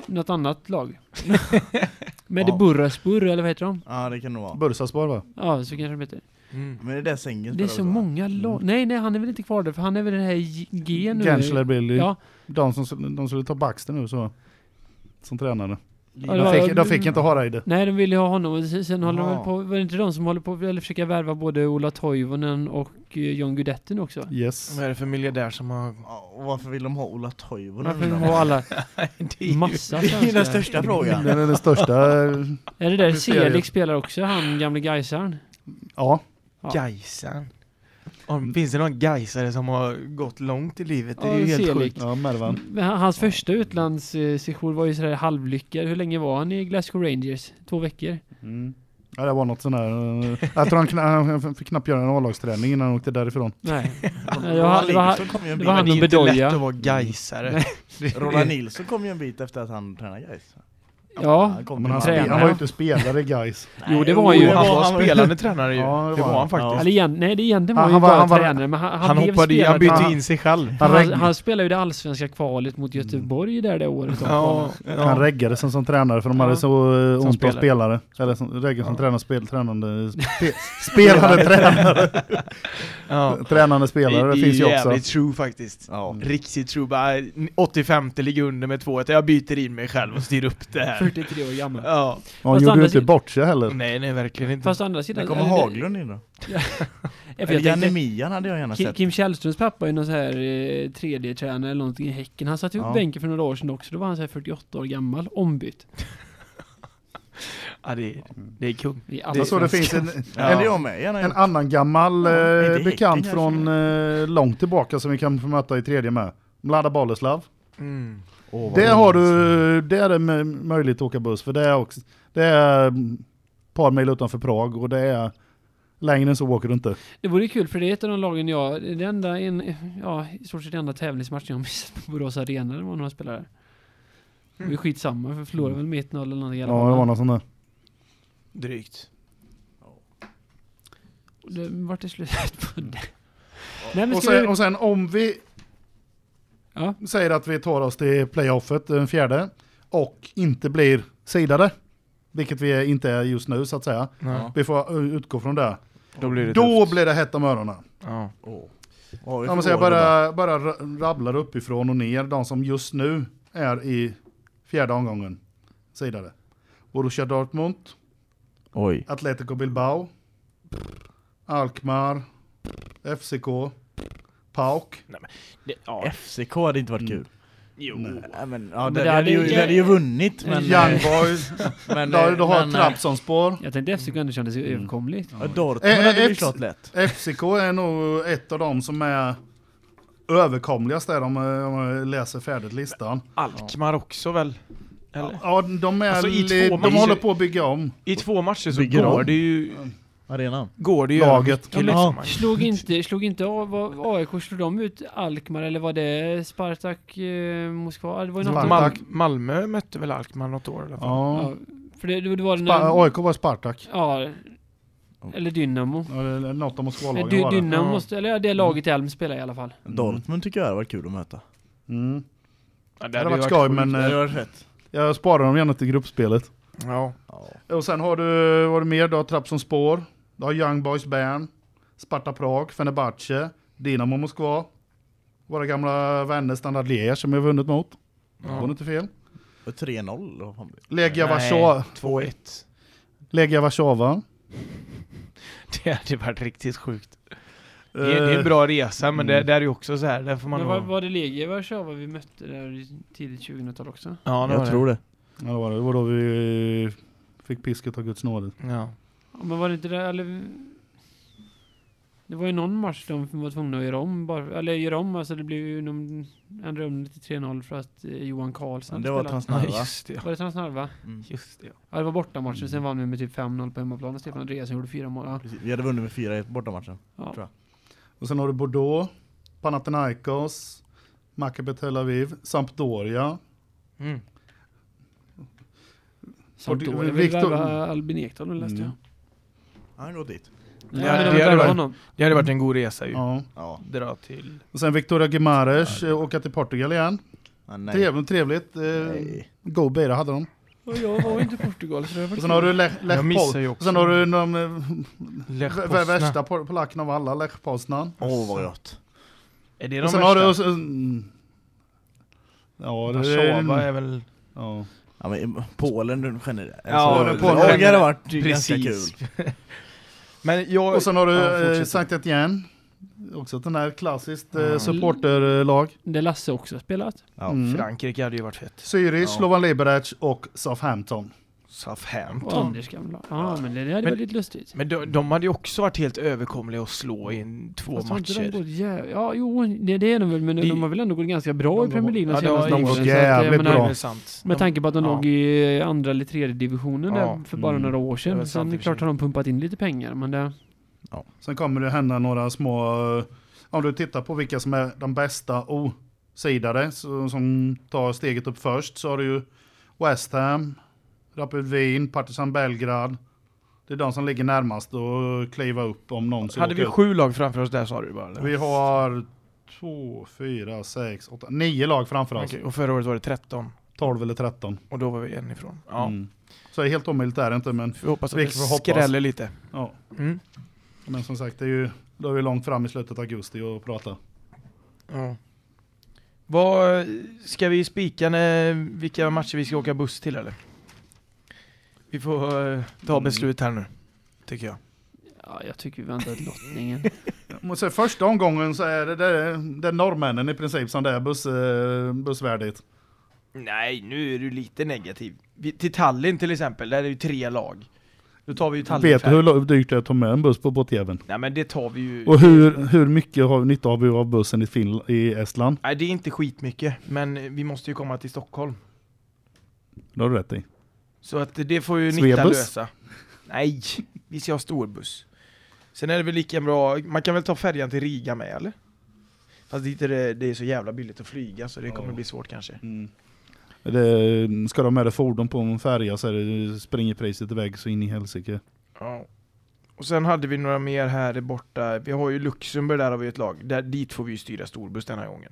Speaker 1: Något annat
Speaker 4: (laughs)
Speaker 1: lag. Men det
Speaker 4: Ja.
Speaker 1: är Burraspur, eller vad heter de?
Speaker 4: Ja, det kan det vara.
Speaker 3: Bursaspor va?
Speaker 1: Ja, så kanske de heter.
Speaker 2: Mm.
Speaker 4: Men det är där sängen
Speaker 1: Det är
Speaker 4: spelar
Speaker 1: så
Speaker 4: också.
Speaker 1: många lag. Nej, nej, han är väl inte kvar där, för han är väl den här G- G nu.
Speaker 3: Gensler Billy.
Speaker 1: Ja,
Speaker 3: De som de skulle ta Baxter nu så. Som tränare.
Speaker 1: Ja, det
Speaker 3: De
Speaker 1: var-
Speaker 3: fick, de fick inte Hareide.
Speaker 1: nej, de ville ju ha honom. Och sen sen håller de
Speaker 4: Jaha.
Speaker 1: väl på, var det inte de som håller på att försöka värva både Ola Toivonen och eh, John Guidetti nu också?
Speaker 3: Yes.
Speaker 2: Vad är det för miljardär som har...
Speaker 1: (laughs)
Speaker 4: Ja, och varför vill de ha Ola Toivonen?
Speaker 1: Varför
Speaker 4: undrar
Speaker 1: har
Speaker 4: man? (laughs)
Speaker 1: alla
Speaker 2: Det är ju-
Speaker 1: massa
Speaker 4: Det är ju den
Speaker 1: svenskar?
Speaker 4: största frågan.
Speaker 3: Den är den största. eh,
Speaker 1: Är det där
Speaker 3: Mysteriet.
Speaker 1: Selig spelar också, han gamle Gaisaren?
Speaker 3: Ja.
Speaker 1: Ja.
Speaker 2: Gaisan. Om, finns det någon Gaisare som har gått långt i livet? Det är
Speaker 1: Ja,
Speaker 2: ju helt
Speaker 1: Selig.
Speaker 2: sjukt.
Speaker 3: Ja, Mervan.
Speaker 1: Men han- Hans första utlandssejour var ju sådär halvlyckad. Hur länge var han i Glasgow Rangers? Två veckor?
Speaker 3: Ja, det var något sån där. eh, Jag tror han, kna- han fick knappt göra en A-lagsträning innan han åkte därifrån.
Speaker 1: Nej.
Speaker 4: Roland
Speaker 1: det var- det var-
Speaker 4: Nilsson kom ju
Speaker 1: det
Speaker 4: en bit-
Speaker 1: var
Speaker 2: Men
Speaker 1: han
Speaker 2: det är
Speaker 1: och
Speaker 2: inte
Speaker 1: Bedoya.
Speaker 2: lätt att vara Gaisare.
Speaker 4: (laughs) Roland Nilsson kom ju en bit efter att han tränade Gais.
Speaker 1: Ja.
Speaker 4: kom
Speaker 3: Men han,
Speaker 4: till Malmö.
Speaker 3: spe-
Speaker 1: Tränare.
Speaker 3: han var ju inte spelare guys.
Speaker 1: Jo, det var han ju.
Speaker 2: Han
Speaker 4: det
Speaker 2: var (laughs) spelande tränare ju.
Speaker 3: Ja,
Speaker 2: det var han
Speaker 1: (laughs)
Speaker 2: faktiskt.
Speaker 1: Eller igen, nej, det egentligen var
Speaker 3: Han-
Speaker 1: han, ju
Speaker 3: han var-
Speaker 1: bara
Speaker 3: han var-
Speaker 1: tränare, men han, han,
Speaker 2: Han
Speaker 1: blev
Speaker 2: hoppade i,
Speaker 1: spelare.
Speaker 2: han bytte
Speaker 3: Han-
Speaker 2: in sig själv.
Speaker 3: Han,
Speaker 1: Han,
Speaker 3: reg-
Speaker 1: han spelade ju det allsvenska kvalet mot Göteborg där det året.
Speaker 2: Ja,
Speaker 3: han
Speaker 2: ja.
Speaker 3: reggade som, som tränare för de hade
Speaker 1: Ja.
Speaker 3: så eh,
Speaker 2: Som
Speaker 3: ont om
Speaker 2: spelare.
Speaker 3: spelare. Eller som, reggade som
Speaker 2: Ja.
Speaker 3: tränare, spel,
Speaker 2: (laughs)
Speaker 3: tränande, spe, spelare, tränare,
Speaker 2: ja.
Speaker 3: tränande spelare. Det
Speaker 2: är
Speaker 3: finns ju också.
Speaker 2: jävligt true faktiskt.
Speaker 4: Ja.
Speaker 2: Riktigt true. Bara 85 ligger under med 2-1. Jag byter in mig själv och styr upp det här.
Speaker 1: 43 år gammal.
Speaker 2: Ja.
Speaker 3: Och han
Speaker 1: Fast
Speaker 3: gjorde ju
Speaker 1: andra
Speaker 3: inte
Speaker 1: sidan-
Speaker 3: bort sig heller.
Speaker 2: Nej, nej verkligen inte.
Speaker 1: Fast å andra
Speaker 4: Där
Speaker 1: sidan...
Speaker 4: kommer
Speaker 1: eller-
Speaker 4: Haglund in då.
Speaker 1: Jag
Speaker 4: Eller
Speaker 1: vet
Speaker 4: Janne
Speaker 1: inte.
Speaker 4: Mian hade jag gärna
Speaker 1: Ki-
Speaker 4: sett.
Speaker 1: Kim Källströms pappa är någon så här eh, 3D-tränare eller någonting i Häcken. Han satt ju på
Speaker 4: Ja.
Speaker 1: bänken för några år sedan också. Då var han så här 48 år gammal, ombytt.
Speaker 2: Ja, det, är, det är kung.
Speaker 1: I
Speaker 3: Det är så det
Speaker 1: allsvenskan.
Speaker 3: finns en,
Speaker 2: Ja.
Speaker 4: Eller jag med. Gärna
Speaker 3: en
Speaker 4: gjort.
Speaker 3: annan gammal
Speaker 4: Ja, är det
Speaker 3: eh,
Speaker 4: Häcken
Speaker 3: bekant
Speaker 4: kanske?
Speaker 3: från eh, långt tillbaka som vi kan få möta i tredje med. Mlada Boleslav.
Speaker 2: Mm.
Speaker 4: Åh, vad
Speaker 3: Det har du,
Speaker 4: roligt.
Speaker 3: det är det med- möjligt att åka buss för det är också, det är mm, ett par mil utanför Prag och det är längre än så åker du inte.
Speaker 1: Det vore kul för det är ett av de lagen jag, det enda, en, ja i stort sett enda tävlingsmatchen jag har missat på Borås Arena, det var några spelare. Det
Speaker 3: Mm.
Speaker 1: var ju skitsamma, för vi förlorade väl med 1-0 eller något i
Speaker 3: Ja,
Speaker 1: alla
Speaker 3: det var
Speaker 1: fall.
Speaker 3: något sånt där.
Speaker 2: Drygt.
Speaker 1: Och det vart det slut
Speaker 3: Mm.
Speaker 1: (laughs) på det. Nej men
Speaker 3: Och
Speaker 1: ska
Speaker 3: sen,
Speaker 1: vi...
Speaker 3: och sen om vi
Speaker 1: Ja.
Speaker 3: säger att vi tar oss till playoffet den fjärde och inte blir sidade, vilket vi inte är just nu så att säga.
Speaker 2: Ja.
Speaker 3: Vi får uh, utgå från det.
Speaker 2: Då blir det
Speaker 3: Då
Speaker 2: tufft.
Speaker 3: blir det hett om öronen.
Speaker 2: Ja.
Speaker 4: Åh. Vad har vi
Speaker 3: Ja, men så
Speaker 4: för
Speaker 3: jag
Speaker 4: år då?
Speaker 3: bara, bara ra- rabblar uppifrån och ner de som just nu är i fjärde omgången sidade. Borussia Dortmund,
Speaker 4: Oj.
Speaker 3: Atletico Bilbao, Alkmaar, FCK, PAOK.
Speaker 2: Det, ja.
Speaker 4: FCK hade inte varit kul.
Speaker 1: Jo.
Speaker 4: Nej, men, ja,
Speaker 1: Men
Speaker 4: det,
Speaker 1: det
Speaker 4: vi hade
Speaker 1: hade
Speaker 4: ju,
Speaker 1: ju-
Speaker 4: vi hade ju vunnit men...
Speaker 3: Young
Speaker 4: eh,
Speaker 3: Boys.
Speaker 4: (laughs) men,
Speaker 3: Då,
Speaker 4: eh,
Speaker 3: du har
Speaker 4: men,
Speaker 3: Trapp som spår.
Speaker 1: Jag tänkte FC Gunde kändes
Speaker 3: Mm.
Speaker 1: ju överkomligt.
Speaker 4: eh, Dortmund
Speaker 3: Eh, eh,
Speaker 4: hade vi
Speaker 3: F-
Speaker 4: slått lätt.
Speaker 3: FCK är nog ett av de som är överkomligast där om, eh, om jag läser färdigt listan.
Speaker 2: Alkmaar också väl? Eller?
Speaker 3: Ja, de, är
Speaker 2: Alltså, i två
Speaker 3: li- de
Speaker 2: matcher-
Speaker 3: håller på att bygga om
Speaker 2: I två matcher så
Speaker 4: Bygger
Speaker 2: går
Speaker 4: om.
Speaker 2: det ju...
Speaker 4: Arenan.
Speaker 2: Går det ju
Speaker 3: laget.
Speaker 2: över
Speaker 4: Ja,
Speaker 2: liksom.
Speaker 1: Slog inte, slog inte A- var- AIK, slog de ut Alkmaar eller var det Spartak eh, Moskva? Det var ju något.
Speaker 3: Spartak.
Speaker 2: Mal Malmö mötte väl Alkmaar något år i alla fall?
Speaker 3: Ja.
Speaker 1: Ja, för det, det var den
Speaker 3: Spa- AIK var Spartak.
Speaker 1: Ja. Eller Dynamo.
Speaker 3: Ja, det är Något av
Speaker 1: Nej,
Speaker 3: Moskvalagen
Speaker 1: dy,
Speaker 3: var det.
Speaker 1: Dynamo
Speaker 2: Ja.
Speaker 1: måste, eller ja, det laget i Elm spelar i alla fall.
Speaker 4: Mm. Dortmund tycker jag hade varit kul att möta.
Speaker 3: Mm.
Speaker 2: Ja,
Speaker 3: Det hade
Speaker 2: ju
Speaker 3: varit skoj
Speaker 2: sjukt.
Speaker 3: men
Speaker 4: Det hade
Speaker 3: eh,
Speaker 4: varit fett.
Speaker 3: jag sparar dem gärna till gruppspelet.
Speaker 2: Ja.
Speaker 4: Ja.
Speaker 3: Och sen har du, vad har du mer? Du har Trapp som spår. Du har Young Boys Bern. Sparta Prag, Fenerbahce, Dinamo Moskva. Våra gamla vänner Standard Liège som vi har vunnit mot. Det var nog
Speaker 2: ja.
Speaker 3: inte fel.
Speaker 4: Och 3-0 eller vad fan blir det?
Speaker 3: Legia
Speaker 2: Nej,
Speaker 3: Warszawa.
Speaker 2: 2-1.
Speaker 3: Legia Warszawa.
Speaker 2: (laughs) Det hade varit riktigt sjukt. Det är, det är en bra resa, men det,
Speaker 3: Eh, Mm.
Speaker 2: det är ju också så här, där får man
Speaker 1: Men var,
Speaker 2: nog-
Speaker 1: var det Legia i Warszawa vi mötte där i tidigt 2000-tal också?
Speaker 2: Ja, det var
Speaker 4: Jag tror det.
Speaker 3: Eh, Ja, det var det. Det var då vi eh, fick pisket av Guds nåde.
Speaker 2: Ja.
Speaker 1: Ja, men var det inte det, eller... Det var ju någon match de var tvungna att göra om bara, eller göra om, alltså det blev ju någon, ändrade om det till 3-0 för att eh, Johan Karlsson
Speaker 4: Men det var
Speaker 1: spelade.
Speaker 2: Ja,
Speaker 4: Transnarva.
Speaker 2: just det.
Speaker 1: Var det Transnarva?
Speaker 4: Mm.
Speaker 2: Just det. ja.
Speaker 1: Ja, det var bortamatchen, sen vann vi med typ 5-0 på hemmaplan och Stefan Andreasson gjorde fyra mål. Ja.
Speaker 4: Precis. Vi hade vunnit med 4-1 bortamatchen.
Speaker 3: Och sen har du Bordeaux, Panathinaikos, Maccabi Tel Aviv, Sampdoria.
Speaker 2: Mm.
Speaker 1: Sampdoria vill
Speaker 3: Victor-
Speaker 1: värva Albin Ekdal nu läste jag.
Speaker 3: Mm.
Speaker 4: Han går dit.
Speaker 1: Nej,
Speaker 2: Ja,
Speaker 1: men de
Speaker 2: det
Speaker 1: vill
Speaker 2: hade
Speaker 1: värva
Speaker 2: varit-
Speaker 1: honom.
Speaker 2: Det hade varit en god resa ju.
Speaker 3: Ja.
Speaker 4: Ja.
Speaker 2: Dra till...
Speaker 3: Och sen Victoria Gimares, eh, åka till Portugal igen.
Speaker 4: Men nej.
Speaker 3: Trevligt, trevligt. Eh,
Speaker 4: Nej.
Speaker 3: Go Beira hade de.
Speaker 1: Och jag var ju inte i Portugal så det var
Speaker 3: Och sen har du Lech, Lech
Speaker 2: Jag missar ju
Speaker 3: Poznan.
Speaker 2: också.
Speaker 3: Och sen har du de eh,
Speaker 2: Lech
Speaker 3: vä-
Speaker 2: Poznan.
Speaker 3: värsta pol- polacken av alla, Lech Poznan.
Speaker 4: Åh vad gött.
Speaker 2: Är det de
Speaker 3: Och sen
Speaker 2: värsta?
Speaker 3: har du... och sen- mm. Ja, det
Speaker 2: Warszawa
Speaker 3: är...
Speaker 2: är väl...
Speaker 3: Ja.
Speaker 4: Ja, men eh, Polen generellt. Alltså,
Speaker 2: Ja,
Speaker 3: men Polen-
Speaker 4: det hade varit ganska
Speaker 2: Precis.
Speaker 4: kul.
Speaker 2: men jag...
Speaker 3: Och sen har du
Speaker 2: Ja, fortsätt.
Speaker 3: eh, Sankt Etienne. Också ett sånt här klassiskt eh,
Speaker 2: Mm.
Speaker 3: supporterlag.
Speaker 1: Det Lasse också har spelat.
Speaker 4: Ja.
Speaker 3: Mm.
Speaker 2: Frankrike hade ju varit fett.
Speaker 3: Zürich,
Speaker 4: Ja.
Speaker 3: Slovan Liberec och Southampton.
Speaker 1: Och
Speaker 2: Southampton.
Speaker 1: Anders gamla. Ja, men det, det hade
Speaker 2: Men-
Speaker 1: varit lite lustigt.
Speaker 2: Men de, de hade ju också varit helt överkomliga att slå i en- två
Speaker 1: Fast har inte de
Speaker 2: matcher.
Speaker 1: gått jä- Ja, jo, det, det är de väl, men
Speaker 2: Det-
Speaker 1: de har väl ändå gått ganska bra i
Speaker 2: De
Speaker 1: Premier League de
Speaker 2: har- ja,
Speaker 1: senaste
Speaker 2: de har
Speaker 1: åren.
Speaker 2: gått
Speaker 1: så att jag
Speaker 3: jävligt
Speaker 1: menar,
Speaker 2: Det
Speaker 3: bra.
Speaker 2: är väl sant.
Speaker 1: Med tanke på att de
Speaker 2: Ja.
Speaker 1: låg i andra eller tredje divisionen
Speaker 2: Ja,
Speaker 1: där för bara
Speaker 3: mm.
Speaker 1: några år
Speaker 2: Det är
Speaker 1: sedan.
Speaker 2: väl sant i
Speaker 1: Sen
Speaker 2: och för
Speaker 1: klart
Speaker 2: sig.
Speaker 1: har de pumpat in lite pengar, men det...
Speaker 3: Sen kommer det hända några små... eh, Om du tittar på vilka som är de bästa osidade så- som tar steget upp först så har du ju West Ham, Rapid Wien, Partizan Belgrad. Det är de som ligger närmast och kliva upp om någon skulle
Speaker 2: Hade vi
Speaker 3: åka upp.
Speaker 2: sju lag framför oss där sa du bara? eller?
Speaker 3: Vi har två, fyra, sex, åtta, nio lag framför oss.
Speaker 2: Okej, och förra året var det 13.
Speaker 3: 12 eller 13.
Speaker 2: Och då var vi en ifrån. Ja.
Speaker 3: Mm. Så helt omöjligt är det inte, men,
Speaker 2: Vi hoppas att
Speaker 3: Vilket
Speaker 2: det
Speaker 3: vi hoppas.
Speaker 2: skräller lite.
Speaker 3: ja.
Speaker 2: Mm.
Speaker 3: men som sagt, det är ju, då är vi långt fram i slutet av augusti och prata.
Speaker 2: Ja. Vad ska vi spika när, vilka matcher vi ska åka buss till eller? Vi får eh, ta
Speaker 3: Mm.
Speaker 2: beslut här nu, tycker jag.
Speaker 1: Ja, jag tycker vi väntar till
Speaker 2: (laughs)
Speaker 1: lottningen.
Speaker 3: Och så första omgången så är det, det, är- det är norrmännen i princip som det är buss, eh, bussvärdigt.
Speaker 2: Nej, nu är du lite negativ. Vi, till Tallinn till exempel, där är det ju tre lag. Då tar vi ju Tallinn
Speaker 3: Vet du
Speaker 2: färdigt.
Speaker 3: hur lo- dyrt det är att ta med en buss på båtjäveln?
Speaker 2: Nej men det tar vi ju.
Speaker 3: Och hur, hur mycket har, nytta har vi av bussen i, Finland, i Estland?
Speaker 2: Nej det är inte skitmycket, men vi måste ju komma till Stockholm.
Speaker 3: Det har du rätt i.
Speaker 2: Så att det får ju Niklas
Speaker 3: Swebus?
Speaker 2: lösa. Nej, vi ska ha storbuss. Sen är det väl lika bra, man kan väl ta färjan till Riga med eller? Fast det är, inte det, det är så jävla billigt att flyga så det kommer
Speaker 3: Ja.
Speaker 2: bli svårt kanske.
Speaker 3: Det, ska de med dig fordon på en färja så är det, springer priset iväg så in i helsike.
Speaker 2: Ja. Och sen hade vi några mer här borta, vi har ju Luxemburg där har vi ett lag, där, dit får vi ju styra storbuss den här gången.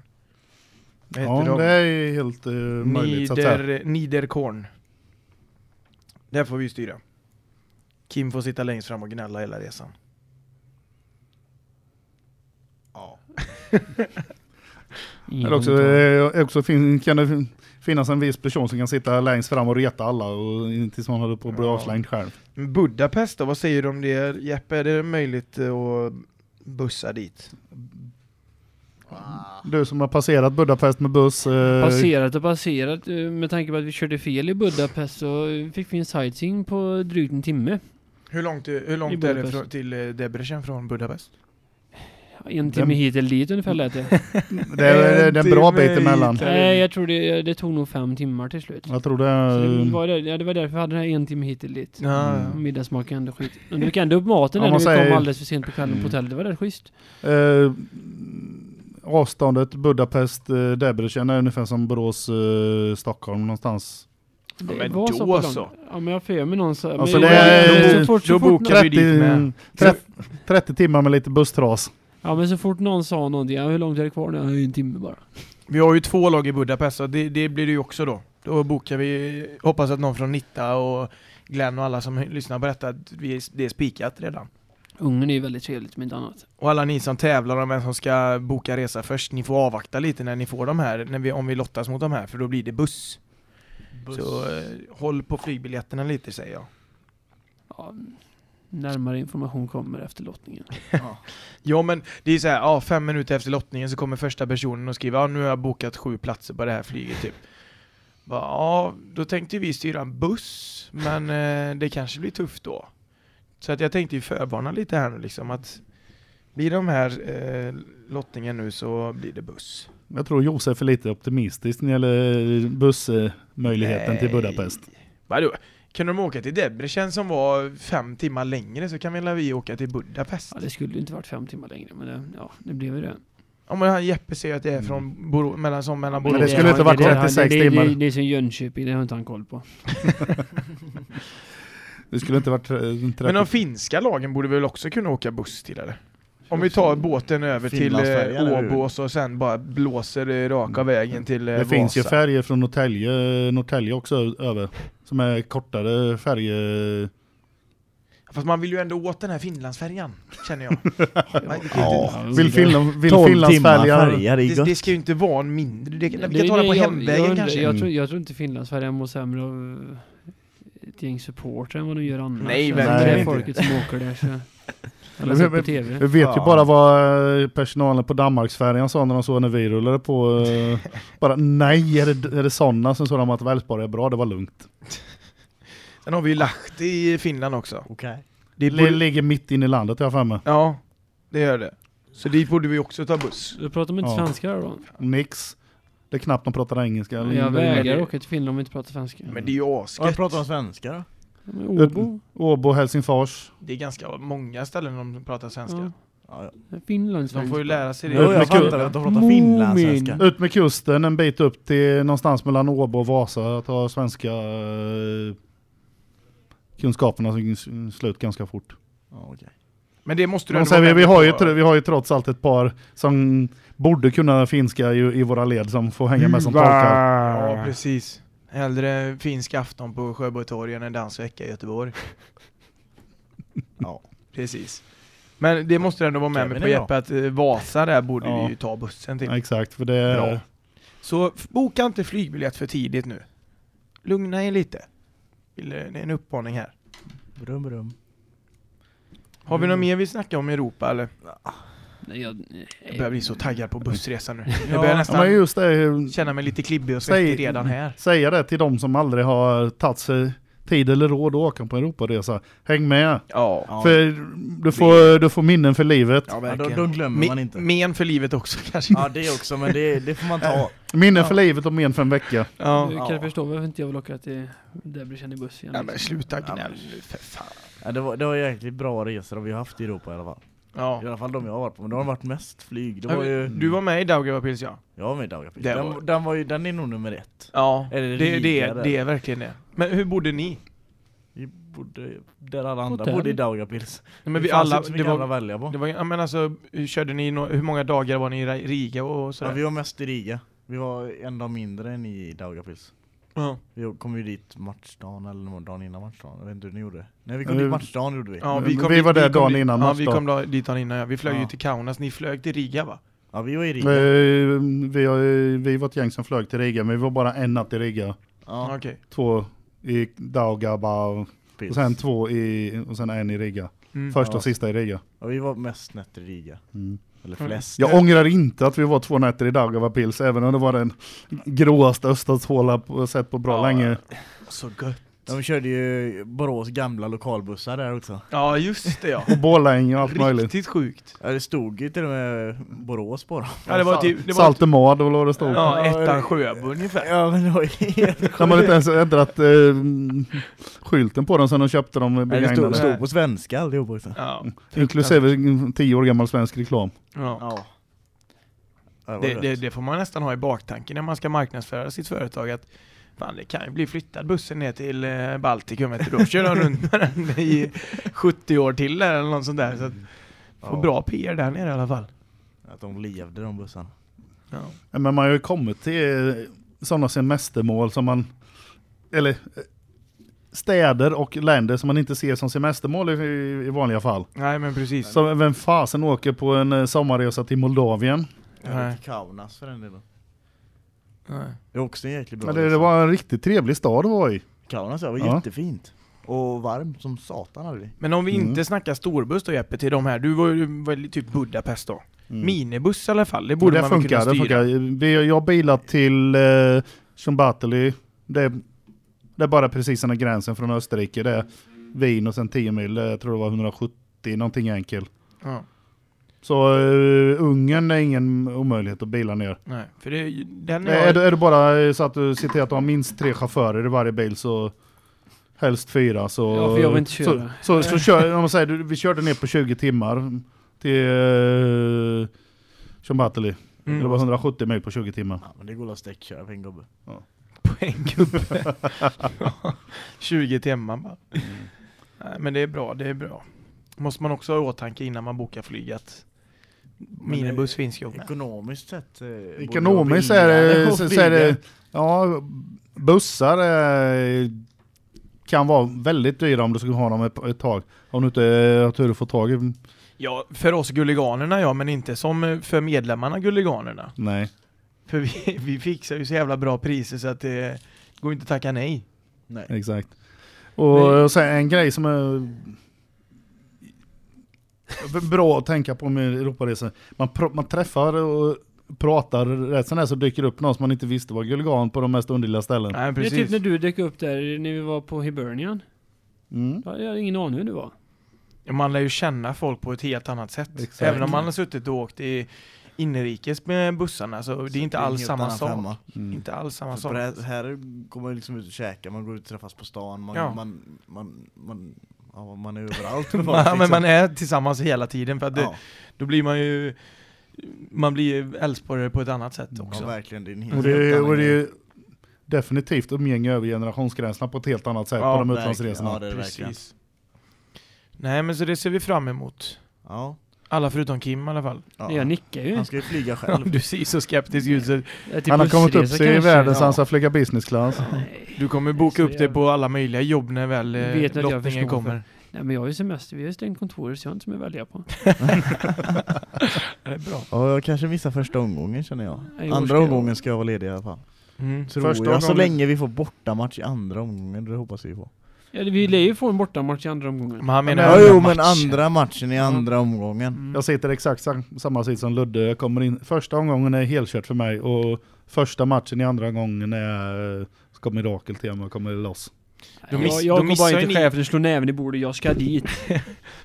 Speaker 2: Vad heter
Speaker 3: Ja,
Speaker 2: de?
Speaker 3: det är helt eh, möjligt så att säga.
Speaker 2: Nieder, Niederkorn. Där får vi ju styra. Kim får sitta längst fram och gnälla hela resan.
Speaker 4: Ja.
Speaker 1: Ingen
Speaker 3: Eller också,
Speaker 1: kommentar.
Speaker 3: eh, också fin, kan det fin- finnas en viss person som kan sitta längst fram och reta alla och in- tills man håller på att bli
Speaker 2: Ja.
Speaker 3: avslängd själv.
Speaker 2: Men Budapest då, vad säger du om det? Jeppe, är det möjligt eh, att bussa dit?
Speaker 3: Du som har passerat Budapest med buss. eh,
Speaker 1: Passerat och passerat. eh, Med tanke på att vi körde fel i Budapest så eh, fick vi en sightseeing på drygt en timme.
Speaker 2: Hur långt, är- hur långt är det
Speaker 1: Budapest.
Speaker 2: från, till eh, Debrecen från Budapest?
Speaker 1: En timme hit eller dit ungefär lät
Speaker 2: (laughs)
Speaker 1: det.
Speaker 3: Det är, Eh, det är en bra
Speaker 2: En timme
Speaker 3: bit emellan.
Speaker 2: hit.
Speaker 1: Nej, jag tror det, det tog nog fem timmar till slut.
Speaker 3: Jag tror det
Speaker 1: Så
Speaker 3: är...
Speaker 2: eh.
Speaker 1: det, var där, ja, det var därför vi hade den här en timme hit eller dit.
Speaker 2: Ja, ja.
Speaker 3: Mm.
Speaker 1: Middagsmaken ändå skit. Men vi fick ändå upp maten
Speaker 3: Om
Speaker 1: där när
Speaker 3: man
Speaker 1: vi
Speaker 3: säger- Mm.
Speaker 1: kom alldeles för sent på kvällen på hotellet. Det var rätt schysst.
Speaker 3: Eh, avståndet Budapest-Debrecen är ungefär som Borås-Stockholm någonstans.
Speaker 1: Det
Speaker 2: men
Speaker 1: var så
Speaker 2: då
Speaker 1: på lång-
Speaker 2: så.
Speaker 1: Ja men jag har för mig någon så...
Speaker 3: Alltså,
Speaker 1: men,
Speaker 3: det är-
Speaker 1: så fort, så
Speaker 2: då
Speaker 1: fort,
Speaker 2: bokar vi dit med.
Speaker 3: 30, 30 timmar med lite busstras.
Speaker 1: Ja men så fort någon sa någonting, ja, hur långt är det kvar nu? Ja, En timme bara.
Speaker 2: Vi har ju två lag i Budapest, så det, det blir det ju också då. Då bokar vi, hoppas att någon från Nitta och Glenn och alla som lyssnar på detta, att vi, det är spikat redan.
Speaker 1: Ungern är ju väldigt trevligt om inte annat.
Speaker 2: Och alla ni som tävlar om vem som ska boka resa först, ni får avvakta lite när ni får de här, när vi, om vi lottas mot de här, för då blir det buss. Så eh, håll på flygbiljetterna lite säger jag.
Speaker 1: Ja, närmare information kommer efter lottningen.
Speaker 2: Ja men det är så här, ja, fem minuter efter lottningen så kommer första personen och skriver ja, nu har jag bokat sju platser på det här flyget typ. Bara, ja, då tänkte vi styra en buss, men eh, det kanske blir tufft då. Så att jag tänkte ju förvarna lite här nu liksom att blir de här eh, lottningen nu så blir det buss.
Speaker 3: Jag tror Josef är lite optimistisk när det gäller eh, bussmöjligheten till
Speaker 2: Nej.
Speaker 3: Budapest.
Speaker 2: Vadå? Kan de åka till Debrecen som var fem timmar längre så kan väl vi åka till Budapest?
Speaker 1: Ja, det skulle ju inte varit fem timmar längre men det, ja, det blev ju det.
Speaker 2: Om han Jeppe säger att det är från Borås, mellan, som mellan
Speaker 3: Mm. Men
Speaker 2: Borås
Speaker 3: det skulle inte
Speaker 1: det-
Speaker 3: varit
Speaker 1: det- det-
Speaker 3: 36
Speaker 1: det- det-
Speaker 3: timmar.
Speaker 1: Det, det är som Jönköping, det har inte han koll på.
Speaker 3: Det skulle inte varit tre- 30...
Speaker 2: Men de finska lagen borde väl också kunna åka buss till eller? Om vi tar båten över till
Speaker 4: Finlandsfärjan,
Speaker 2: eh,
Speaker 4: eller hur?
Speaker 2: Åbås och sen bara blåser eh, raka vägen till eh,
Speaker 3: Mm. det finns ju
Speaker 2: Vasa.
Speaker 3: färger från Norrtälje, Norrtälje också ö- över. Som är kortare färger.
Speaker 2: Fast man vill ju ändå åt den här Finlandsfärjan, känner
Speaker 3: (laughs)
Speaker 2: jag. Nej, det, kan ju inte-
Speaker 4: Ja.
Speaker 3: Vill,
Speaker 1: Alltså,
Speaker 3: Finland, vill
Speaker 4: 12 timmar
Speaker 3: Finlandsfärger...
Speaker 4: färger i
Speaker 2: det, det
Speaker 4: gött.
Speaker 2: ska ju inte vara en mindre... Det, kan- vi
Speaker 1: Det-
Speaker 2: kan ta den på
Speaker 1: jag- jag,
Speaker 2: hemvägen
Speaker 1: undrar-
Speaker 2: kanske.
Speaker 1: Jag tror, jag tror inte Finlandsfärjan mår sämre av eh, ett gäng supportrar än vad de gör annars.
Speaker 2: Nej,
Speaker 1: Alltså,
Speaker 3: verkligen
Speaker 1: Det är
Speaker 2: inte.
Speaker 1: folket som åker där så...
Speaker 3: Eller
Speaker 1: Eller sett
Speaker 3: hur-
Speaker 1: på TV.
Speaker 3: Vi vet ju
Speaker 4: Ja.
Speaker 3: bara vad eh, personalen på Danmarksfärjan sa när de såg när vi rullade på. eh, Bara nej, är det, är det sådana? Sen sa de att Välsborg är bra, det var lugnt.
Speaker 2: Sen har vi ju Lahti i Finland också.
Speaker 4: Okej.
Speaker 2: Det
Speaker 3: Det
Speaker 2: borde,
Speaker 3: ligger mitt inne i landet har jag för mig.
Speaker 2: ja, det gör det. Så dit borde vi också ta buss.
Speaker 1: Då pratar man inte
Speaker 3: Ja.
Speaker 1: svenska då?
Speaker 3: Nix. Det är knappt de pratar engelska.
Speaker 1: Jag vägrar
Speaker 2: det-
Speaker 1: åka till Finland om jag inte pratar svenska.
Speaker 2: Men det är ju
Speaker 4: Har du
Speaker 2: asgött.
Speaker 4: pratat om svenska då?
Speaker 1: Men Åbo?
Speaker 3: Åbo, Helsingfors.
Speaker 2: Det är ganska många ställen de pratar svenska.
Speaker 1: Ja.
Speaker 4: Ja, ja.
Speaker 1: Finlandssvenska.
Speaker 2: De får ju lära sig det.
Speaker 4: Jo, jag
Speaker 3: mycket-
Speaker 4: fattar att de pratar
Speaker 1: Moomin.
Speaker 4: finlandssvenska.
Speaker 3: Ut med kusten en bit upp till någonstans mellan Åbo och Vasa. Att ha svenska eh, kunskaperna som s- slut ganska fort.
Speaker 4: Ja, okej.
Speaker 2: Men det måste du
Speaker 3: Man
Speaker 2: ändå
Speaker 3: säger,
Speaker 2: vara
Speaker 3: vi, vi,
Speaker 2: med
Speaker 3: har ju,
Speaker 2: på.
Speaker 3: tr- vi har ju trots allt ett par som borde kunna finska i, i våra led som får hänga med som tolkar.
Speaker 2: Ja, precis. Hellre finsk afton på Sjöborgstorg än en dansvecka i Göteborg.
Speaker 4: Ja.
Speaker 2: Precis. Men det måste du ändå vara med
Speaker 4: Kevin
Speaker 2: mig på
Speaker 4: är
Speaker 2: Jeppe,
Speaker 4: bra.
Speaker 2: att eh, Vasa där borde
Speaker 3: Ja.
Speaker 2: vi ju ta bussen till.
Speaker 3: Ja, exakt, för det är...
Speaker 2: Bra. Så f- boka inte flygbiljett för tidigt nu. Lugna er lite. Vill, eh, Det är en uppmaning här.
Speaker 4: Brum, brum.
Speaker 2: Har vi
Speaker 3: Mm.
Speaker 2: något mer vi snackar om i Europa eller?
Speaker 1: Nej, jag, nej.
Speaker 2: Jag börjar bli så taggad på bussresan nu.
Speaker 4: Ja.
Speaker 2: Jag börjar
Speaker 3: Mm. Ja, men
Speaker 2: nästan
Speaker 3: just det,
Speaker 2: känna mig lite klibbig och
Speaker 3: Säg-
Speaker 2: svettig redan här.
Speaker 3: säga det till de som aldrig har tagit sig tid eller råd att åka på en Europaresa. Häng med!
Speaker 2: Ja.
Speaker 4: Ja.
Speaker 3: För du får, du får minnen för livet.
Speaker 2: Ja,
Speaker 4: Ja, de,
Speaker 2: verkligen.
Speaker 4: de glömmer man
Speaker 2: Men,
Speaker 4: inte.
Speaker 2: men för livet också (laughs) kanske.
Speaker 4: Ja det också, men det,
Speaker 2: (laughs)
Speaker 4: det får man ta.
Speaker 3: Minnen för livet och men för en vecka.
Speaker 2: Ja.
Speaker 1: Du kan
Speaker 4: Ja.
Speaker 1: förstå varför inte jag vill åka till Debrecen i liksom. buss igen.
Speaker 2: Nej men sluta
Speaker 4: Ja, men-
Speaker 2: gnäll nu för fan.
Speaker 4: Ja, det, var, det var jäkligt bra resor vi har haft i Europa i alla fall. I
Speaker 2: Ja.
Speaker 4: alla fall de jag har varit på, men de har varit mest flyg. Det
Speaker 2: Ja,
Speaker 4: var ju,
Speaker 2: men Du var med i Daugavapils ja.
Speaker 4: jag var med i Daugavpils.
Speaker 2: Det
Speaker 4: Den,
Speaker 2: var-
Speaker 4: den, var ju, den är nog nummer ett.
Speaker 2: Ja.
Speaker 4: Eller
Speaker 2: Det, det,
Speaker 4: Riga
Speaker 2: är-
Speaker 4: där.
Speaker 2: det är verkligen det. Men hur bodde ni?
Speaker 4: Vi bodde, där alla andra
Speaker 1: Hotell.
Speaker 4: bodde i Daugavpils.
Speaker 2: Nej, men vi
Speaker 4: det fanns
Speaker 2: alla,
Speaker 4: inte så
Speaker 2: det
Speaker 4: mycket andra
Speaker 2: var,
Speaker 4: att välja på.
Speaker 2: det var, ja, men alltså, hur körde ni, nå- hur många dagar var ni i Ra- Riga och
Speaker 4: ja,
Speaker 2: sådär?
Speaker 4: vi var mest i Riga. Vi var en dag mindre än i Daugavpils.
Speaker 2: Ja,
Speaker 4: Vi kom ju dit matchdagen eller någon dag innan matchdagen. Jag vet inte hur ni gjorde. Nej vi kom dit
Speaker 3: Eh,
Speaker 4: matchdagen gjorde vi.
Speaker 2: ja,
Speaker 3: Vi var där dagen
Speaker 2: dit-
Speaker 3: innan
Speaker 2: Ja,
Speaker 3: match
Speaker 2: vi
Speaker 3: då.
Speaker 2: kom då, dit dagen innan ja. Vi flög ju
Speaker 4: Ja.
Speaker 2: till Kaunas, ni flög till Riga va?
Speaker 4: Ja vi var i Riga.
Speaker 3: Eh, Vi, har, vi var ett gäng som flög till Riga, men vi var bara en natt i Riga.
Speaker 4: Ja.
Speaker 2: Okej.
Speaker 3: Två i Daugava.
Speaker 4: Pils.
Speaker 3: Och sen två i, och sen en i Riga.
Speaker 2: Mm.
Speaker 3: Första
Speaker 4: Ja.
Speaker 3: och sista i Riga.
Speaker 4: Ja, vi var mest nätter i Riga. Eller
Speaker 2: Mm.
Speaker 4: flest.
Speaker 3: Jag ångrar inte att vi var två nätter i Daugava Pils, även om det var den gråaste öststatshåla på sett på bra
Speaker 2: Ja.
Speaker 3: länge.
Speaker 2: Så gött.
Speaker 4: De körde ju Borås gamla lokalbussar där också.
Speaker 2: Ja, just
Speaker 3: (laughs)
Speaker 2: det ja.
Speaker 3: Och Borlänge och allt möjligt.
Speaker 2: Riktigt sjukt.
Speaker 4: Ja, det stod ju till och med Borås på dem.
Speaker 2: Ja, det var typ... Det var
Speaker 3: Saltemad och vad det stod.
Speaker 2: Ja, ettan Sjöbo ungefär.
Speaker 4: Ja men
Speaker 2: (laughs)
Speaker 4: det var ju helt
Speaker 3: De har inte ens ändrat eh, skylten på den sen de köpte dem
Speaker 4: Nej, det stod,
Speaker 3: begagnade.
Speaker 4: stod på svenska allihop också.
Speaker 2: Ja.
Speaker 3: Inklusive en tio år gammal svensk reklam.
Speaker 2: ja.
Speaker 4: Ja. Det,
Speaker 2: Det,
Speaker 4: var
Speaker 2: det,
Speaker 4: det,
Speaker 2: det får man nästan ha i baktanken när man ska marknadsföra sitt företag att fan det kan ju bli flyttad bussen ner till eh, Baltikum vet du. Då kör de runt med den i 70 år till där eller något sånt där. Så att
Speaker 3: Mm.
Speaker 2: få
Speaker 4: Ja.
Speaker 2: bra PR där nere i alla fall.
Speaker 4: Att de levde de bussarna.
Speaker 2: Ja.
Speaker 3: Ja, Men man har ju kommit till sådana semestermål som man, eller eh, städer och länder som man inte ser som semestermål i, i- i vanliga fall.
Speaker 2: Nej men precis.
Speaker 3: Så vem fasen åker på en eh, sommarresa till Moldavien?
Speaker 4: Eller till Kaunas för den delen.
Speaker 2: Nej.
Speaker 4: Det är också en jäkligt bra
Speaker 3: Men
Speaker 2: liksom.
Speaker 3: det, det var en riktigt trevlig stad det var i.
Speaker 4: Kaunas ja, det var
Speaker 3: Ja.
Speaker 4: jättefint. Och varmt som satan hade vi.
Speaker 2: Men om vi inte
Speaker 3: Mm.
Speaker 2: snackar storbuss då Jeppe till de här. Du var ju var ju typ Budapest då. Minibuss i alla fall. Det
Speaker 3: Och
Speaker 2: borde
Speaker 3: Mm. det
Speaker 2: man väl
Speaker 3: funkar,
Speaker 2: kunna
Speaker 3: det
Speaker 2: styra.
Speaker 3: funkar. Vi, jag bilar till eh, Chumbately. Det, det är bara precis den här gränsen från Österrike. Det är Wien och sen 10 mil. Det- Jag tror det var 170 någonting enkel.
Speaker 2: Ja,
Speaker 3: Så eh, Ungern är ingen omöjlighet att bila ner.
Speaker 2: nej. För det, är ju- den
Speaker 3: Nej, Är, du, är det bara eh, så att du ser till att du har minst tre chaufförer i varje bil så helst fyra så...
Speaker 1: Ja, för jag vill inte
Speaker 3: Så,
Speaker 1: köra.
Speaker 3: så, så kör, om man säger, du- vi körde ner på 20 timmar till uh, Chumbately.
Speaker 2: Mm.
Speaker 3: Det var 170 mil på 20 timmar.
Speaker 4: Ja, men det går att stäckköra för en gubbe.
Speaker 2: på en (laughs) gubbe. 20 timmar bara. Nej, men det är bra, det är bra. Måste man också ha i åtanke innan man bokar flyg att minibuss finns ju.
Speaker 4: Ekonomiskt sett. eh, borde
Speaker 3: Ekonomiskt
Speaker 4: vara
Speaker 3: är
Speaker 4: billigare
Speaker 3: det,
Speaker 4: att
Speaker 3: så, så är det,
Speaker 4: flyga.
Speaker 3: ja, bussar eh, kan vara väldigt dyra om du ska ha dem ett, ett tag. Om du inte eh, har tur att få tag i,
Speaker 2: Ja, för oss gulliganerna ja, men inte som eh, för medlemmarna gulliganerna.
Speaker 3: nej.
Speaker 2: För vi, (laughs) vi fixar ju så jävla bra priser så att det går inte att tacka nej.
Speaker 4: Nej.
Speaker 3: Exakt. Och
Speaker 2: Nej.
Speaker 3: och sen en grej som är bra att tänka på med Europaresor. Man, pr- man träffar och pratar rätt sen här så dyker det upp någon som man inte visste var gulgan på de mest underliga ställen.
Speaker 2: Nej,
Speaker 1: Det är
Speaker 2: precis.
Speaker 1: typ när du dök upp där när vi var på Hibernian.
Speaker 3: Mm.
Speaker 1: Jag hade ingen aning hur du var.
Speaker 2: Ja, Man lär ju känna folk på ett helt annat sätt.
Speaker 3: Exakt.
Speaker 2: Även om man har suttit och åkt i inrikes med bussarna så det är inte
Speaker 4: Det är en
Speaker 2: alls
Speaker 4: helt
Speaker 2: samma
Speaker 4: annan
Speaker 2: sak.
Speaker 4: femma.
Speaker 3: Mm.
Speaker 2: Inte alls samma
Speaker 4: För
Speaker 2: sak.
Speaker 4: på det här, här går man liksom ut och käkar, man går ut och träffas på stan, man,
Speaker 2: Ja.
Speaker 4: man, man, man, ja, man är
Speaker 2: (laughs)
Speaker 4: överallt med folk,
Speaker 2: Man, men
Speaker 4: liksom.
Speaker 2: man är tillsammans hela tiden för att det,
Speaker 4: ja,
Speaker 2: då blir man ju man blir ju älvsborgare på ett annat sätt också.
Speaker 4: ja, verkligen. Det är en helt
Speaker 3: Och det, är ju-
Speaker 4: annan
Speaker 3: och det är
Speaker 4: grej.
Speaker 3: ju definitivt umgänge över generationsgränserna på ett helt annat sätt
Speaker 2: Ja,
Speaker 3: på de
Speaker 4: verkligen.
Speaker 3: utlandsresorna.
Speaker 4: Ja, det är det verkligen.
Speaker 2: Precis. Nej men så det ser vi fram emot.
Speaker 4: Ja,
Speaker 2: Alla förutom Kim i alla fall.
Speaker 4: ja.
Speaker 1: Jag nickar ju.
Speaker 4: Han ska ju
Speaker 2: (laughs)
Speaker 4: flyga
Speaker 2: Ja,
Speaker 4: själv.
Speaker 2: du ser så skeptisk ut så
Speaker 1: Eh, till
Speaker 3: Han har kommit upp
Speaker 1: bussresa
Speaker 3: sig i
Speaker 1: kanske.
Speaker 3: världen så
Speaker 1: Ja.
Speaker 3: han ska flyga business class.
Speaker 1: Nej.
Speaker 2: du kommer
Speaker 1: Så
Speaker 2: boka upp dig
Speaker 1: jävla-
Speaker 2: på alla möjliga jobb när väl eh,
Speaker 1: Vet att jag
Speaker 2: lottningen
Speaker 1: förstår
Speaker 2: kommer.
Speaker 1: Nej men jag har ju semester, vi har ju stängt kontoret så jag har inte så mycket att välja
Speaker 2: (laughs)
Speaker 1: på.
Speaker 2: Ja, Det är bra.
Speaker 4: (laughs) Ja, jag kanske missar första omgången känner jag.
Speaker 1: Nej, i år ska
Speaker 4: Andra
Speaker 1: jag-
Speaker 4: omgången ska jag vara ledig i alla fall.
Speaker 2: Mm.
Speaker 4: Tror
Speaker 3: Första
Speaker 4: jag, så
Speaker 3: omgången-
Speaker 4: länge vi får bortamatch i andra omgången, det hoppas vi på.
Speaker 1: Ja, det- vi lär ju få en bortamatch i andra omgången.
Speaker 2: Men han menar
Speaker 4: Ja,
Speaker 2: andra
Speaker 4: jo men
Speaker 2: match.
Speaker 4: andra matchen i andra omgången.
Speaker 2: Mm.
Speaker 3: Jag sitter exakt sam- samma sits som Ludde. Jag kommer in. Första omgången är helkört för mig och första matchen i andra gången är eh, ska mirakel till om jag kommer loss.
Speaker 2: Då
Speaker 1: Jag,
Speaker 2: miss-
Speaker 1: jag,
Speaker 2: då
Speaker 1: kommer
Speaker 2: missar
Speaker 1: bara
Speaker 2: ju
Speaker 1: inte
Speaker 2: ni-
Speaker 1: chefen slå näven i bordet, jag ska dit.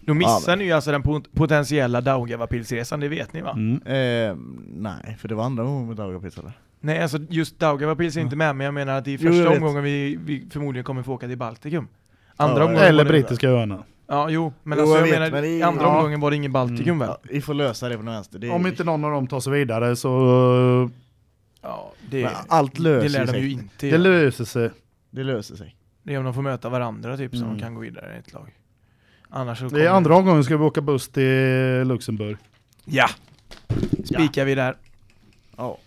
Speaker 2: Då missar
Speaker 4: Ja,
Speaker 2: ni ju alltså den pot- potentiella Daugavapilsresan, det vet ni va?
Speaker 3: Mm.
Speaker 4: Eh, nej, för det var andra omgången med Daugavpils eller?
Speaker 2: Nej alltså just Daugavapils är inte med men jag menar att det är
Speaker 4: Jo, jag
Speaker 2: första
Speaker 4: vet.
Speaker 2: omgången vi, vi förmodligen kommer få åka till Baltikum. Andra
Speaker 4: Ja,
Speaker 2: omgången
Speaker 3: Eller
Speaker 2: var det-
Speaker 3: brittiska öarna.
Speaker 2: Ja, jo, men
Speaker 4: Jo,
Speaker 2: alltså jag,
Speaker 4: jag vet,
Speaker 2: menar,
Speaker 4: men det är-
Speaker 2: i andra
Speaker 4: ja. Mm.
Speaker 2: omgången var det ingen Baltikum väl?
Speaker 4: Ja, vi får lösa det på något vänster. Det är,
Speaker 3: Om inte någon av dem tar sig vidare så eh,
Speaker 2: Ja, det,
Speaker 4: Men allt
Speaker 2: det
Speaker 4: löser
Speaker 2: lär de
Speaker 4: sig.
Speaker 2: ju inte
Speaker 3: det
Speaker 2: göra.
Speaker 3: löser sig.
Speaker 4: Det löser sig.
Speaker 2: Det är om de får möta varandra typ, som
Speaker 3: Mm.
Speaker 2: de kan gå vidare i ett lag. Annars så
Speaker 3: I andra omgången ska vi åka buss till Luxemburg.
Speaker 2: Ja! Spikar vi där.
Speaker 4: Ja.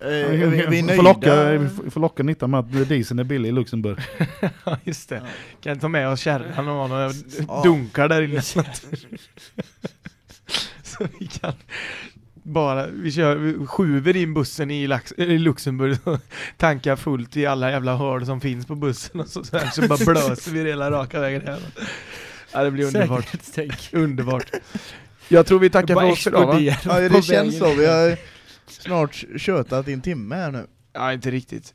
Speaker 4: Eh,
Speaker 3: Vi,
Speaker 4: vi, vi är
Speaker 3: får locka, vi
Speaker 4: nöjda.
Speaker 3: får- vi får locka nytta med att dieseln är billig i Luxemburg.
Speaker 2: Ja, just det.
Speaker 4: Ja.
Speaker 2: Kan ta med oss kärran och ha några
Speaker 4: Ja.
Speaker 2: (laughs) dunkar där inne. så vi kan bara, vi, kör, vi skjuver in bussen i, Lax, eller i Luxemburg och tankar fullt i alla jävla hål som finns på bussen och så, så, här, så bara blåser vi hela raka vägen hem. Ja, det blir underbart.
Speaker 1: Säkerhetstänk.
Speaker 2: Underbart. Jag tror vi tackar
Speaker 1: Bara
Speaker 2: för oss idag va?
Speaker 1: exploderar
Speaker 4: Ja,
Speaker 1: på
Speaker 4: det känns
Speaker 1: vägen.
Speaker 4: så. Vi har snart tjötat i en timme här nu.
Speaker 2: Ja, inte riktigt.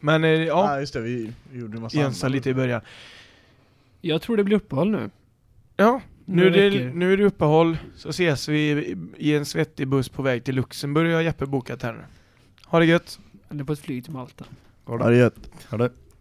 Speaker 2: Men eh, ja,
Speaker 4: Ja, just det. Vi gjorde en massa
Speaker 2: jönsa
Speaker 4: andra.
Speaker 2: lite i början.
Speaker 1: Jag tror det blir uppehåll nu.
Speaker 2: Ja, nu är,
Speaker 1: Några
Speaker 2: det,
Speaker 1: veckor.
Speaker 2: nu är det uppehåll, så ses vi i- i en svettig buss på väg till Luxemburg, har Jeppe bokat här nu. Ha det gött!
Speaker 1: Eller på ett flyg till Malta.
Speaker 4: Ha det gött.
Speaker 3: Ja, det.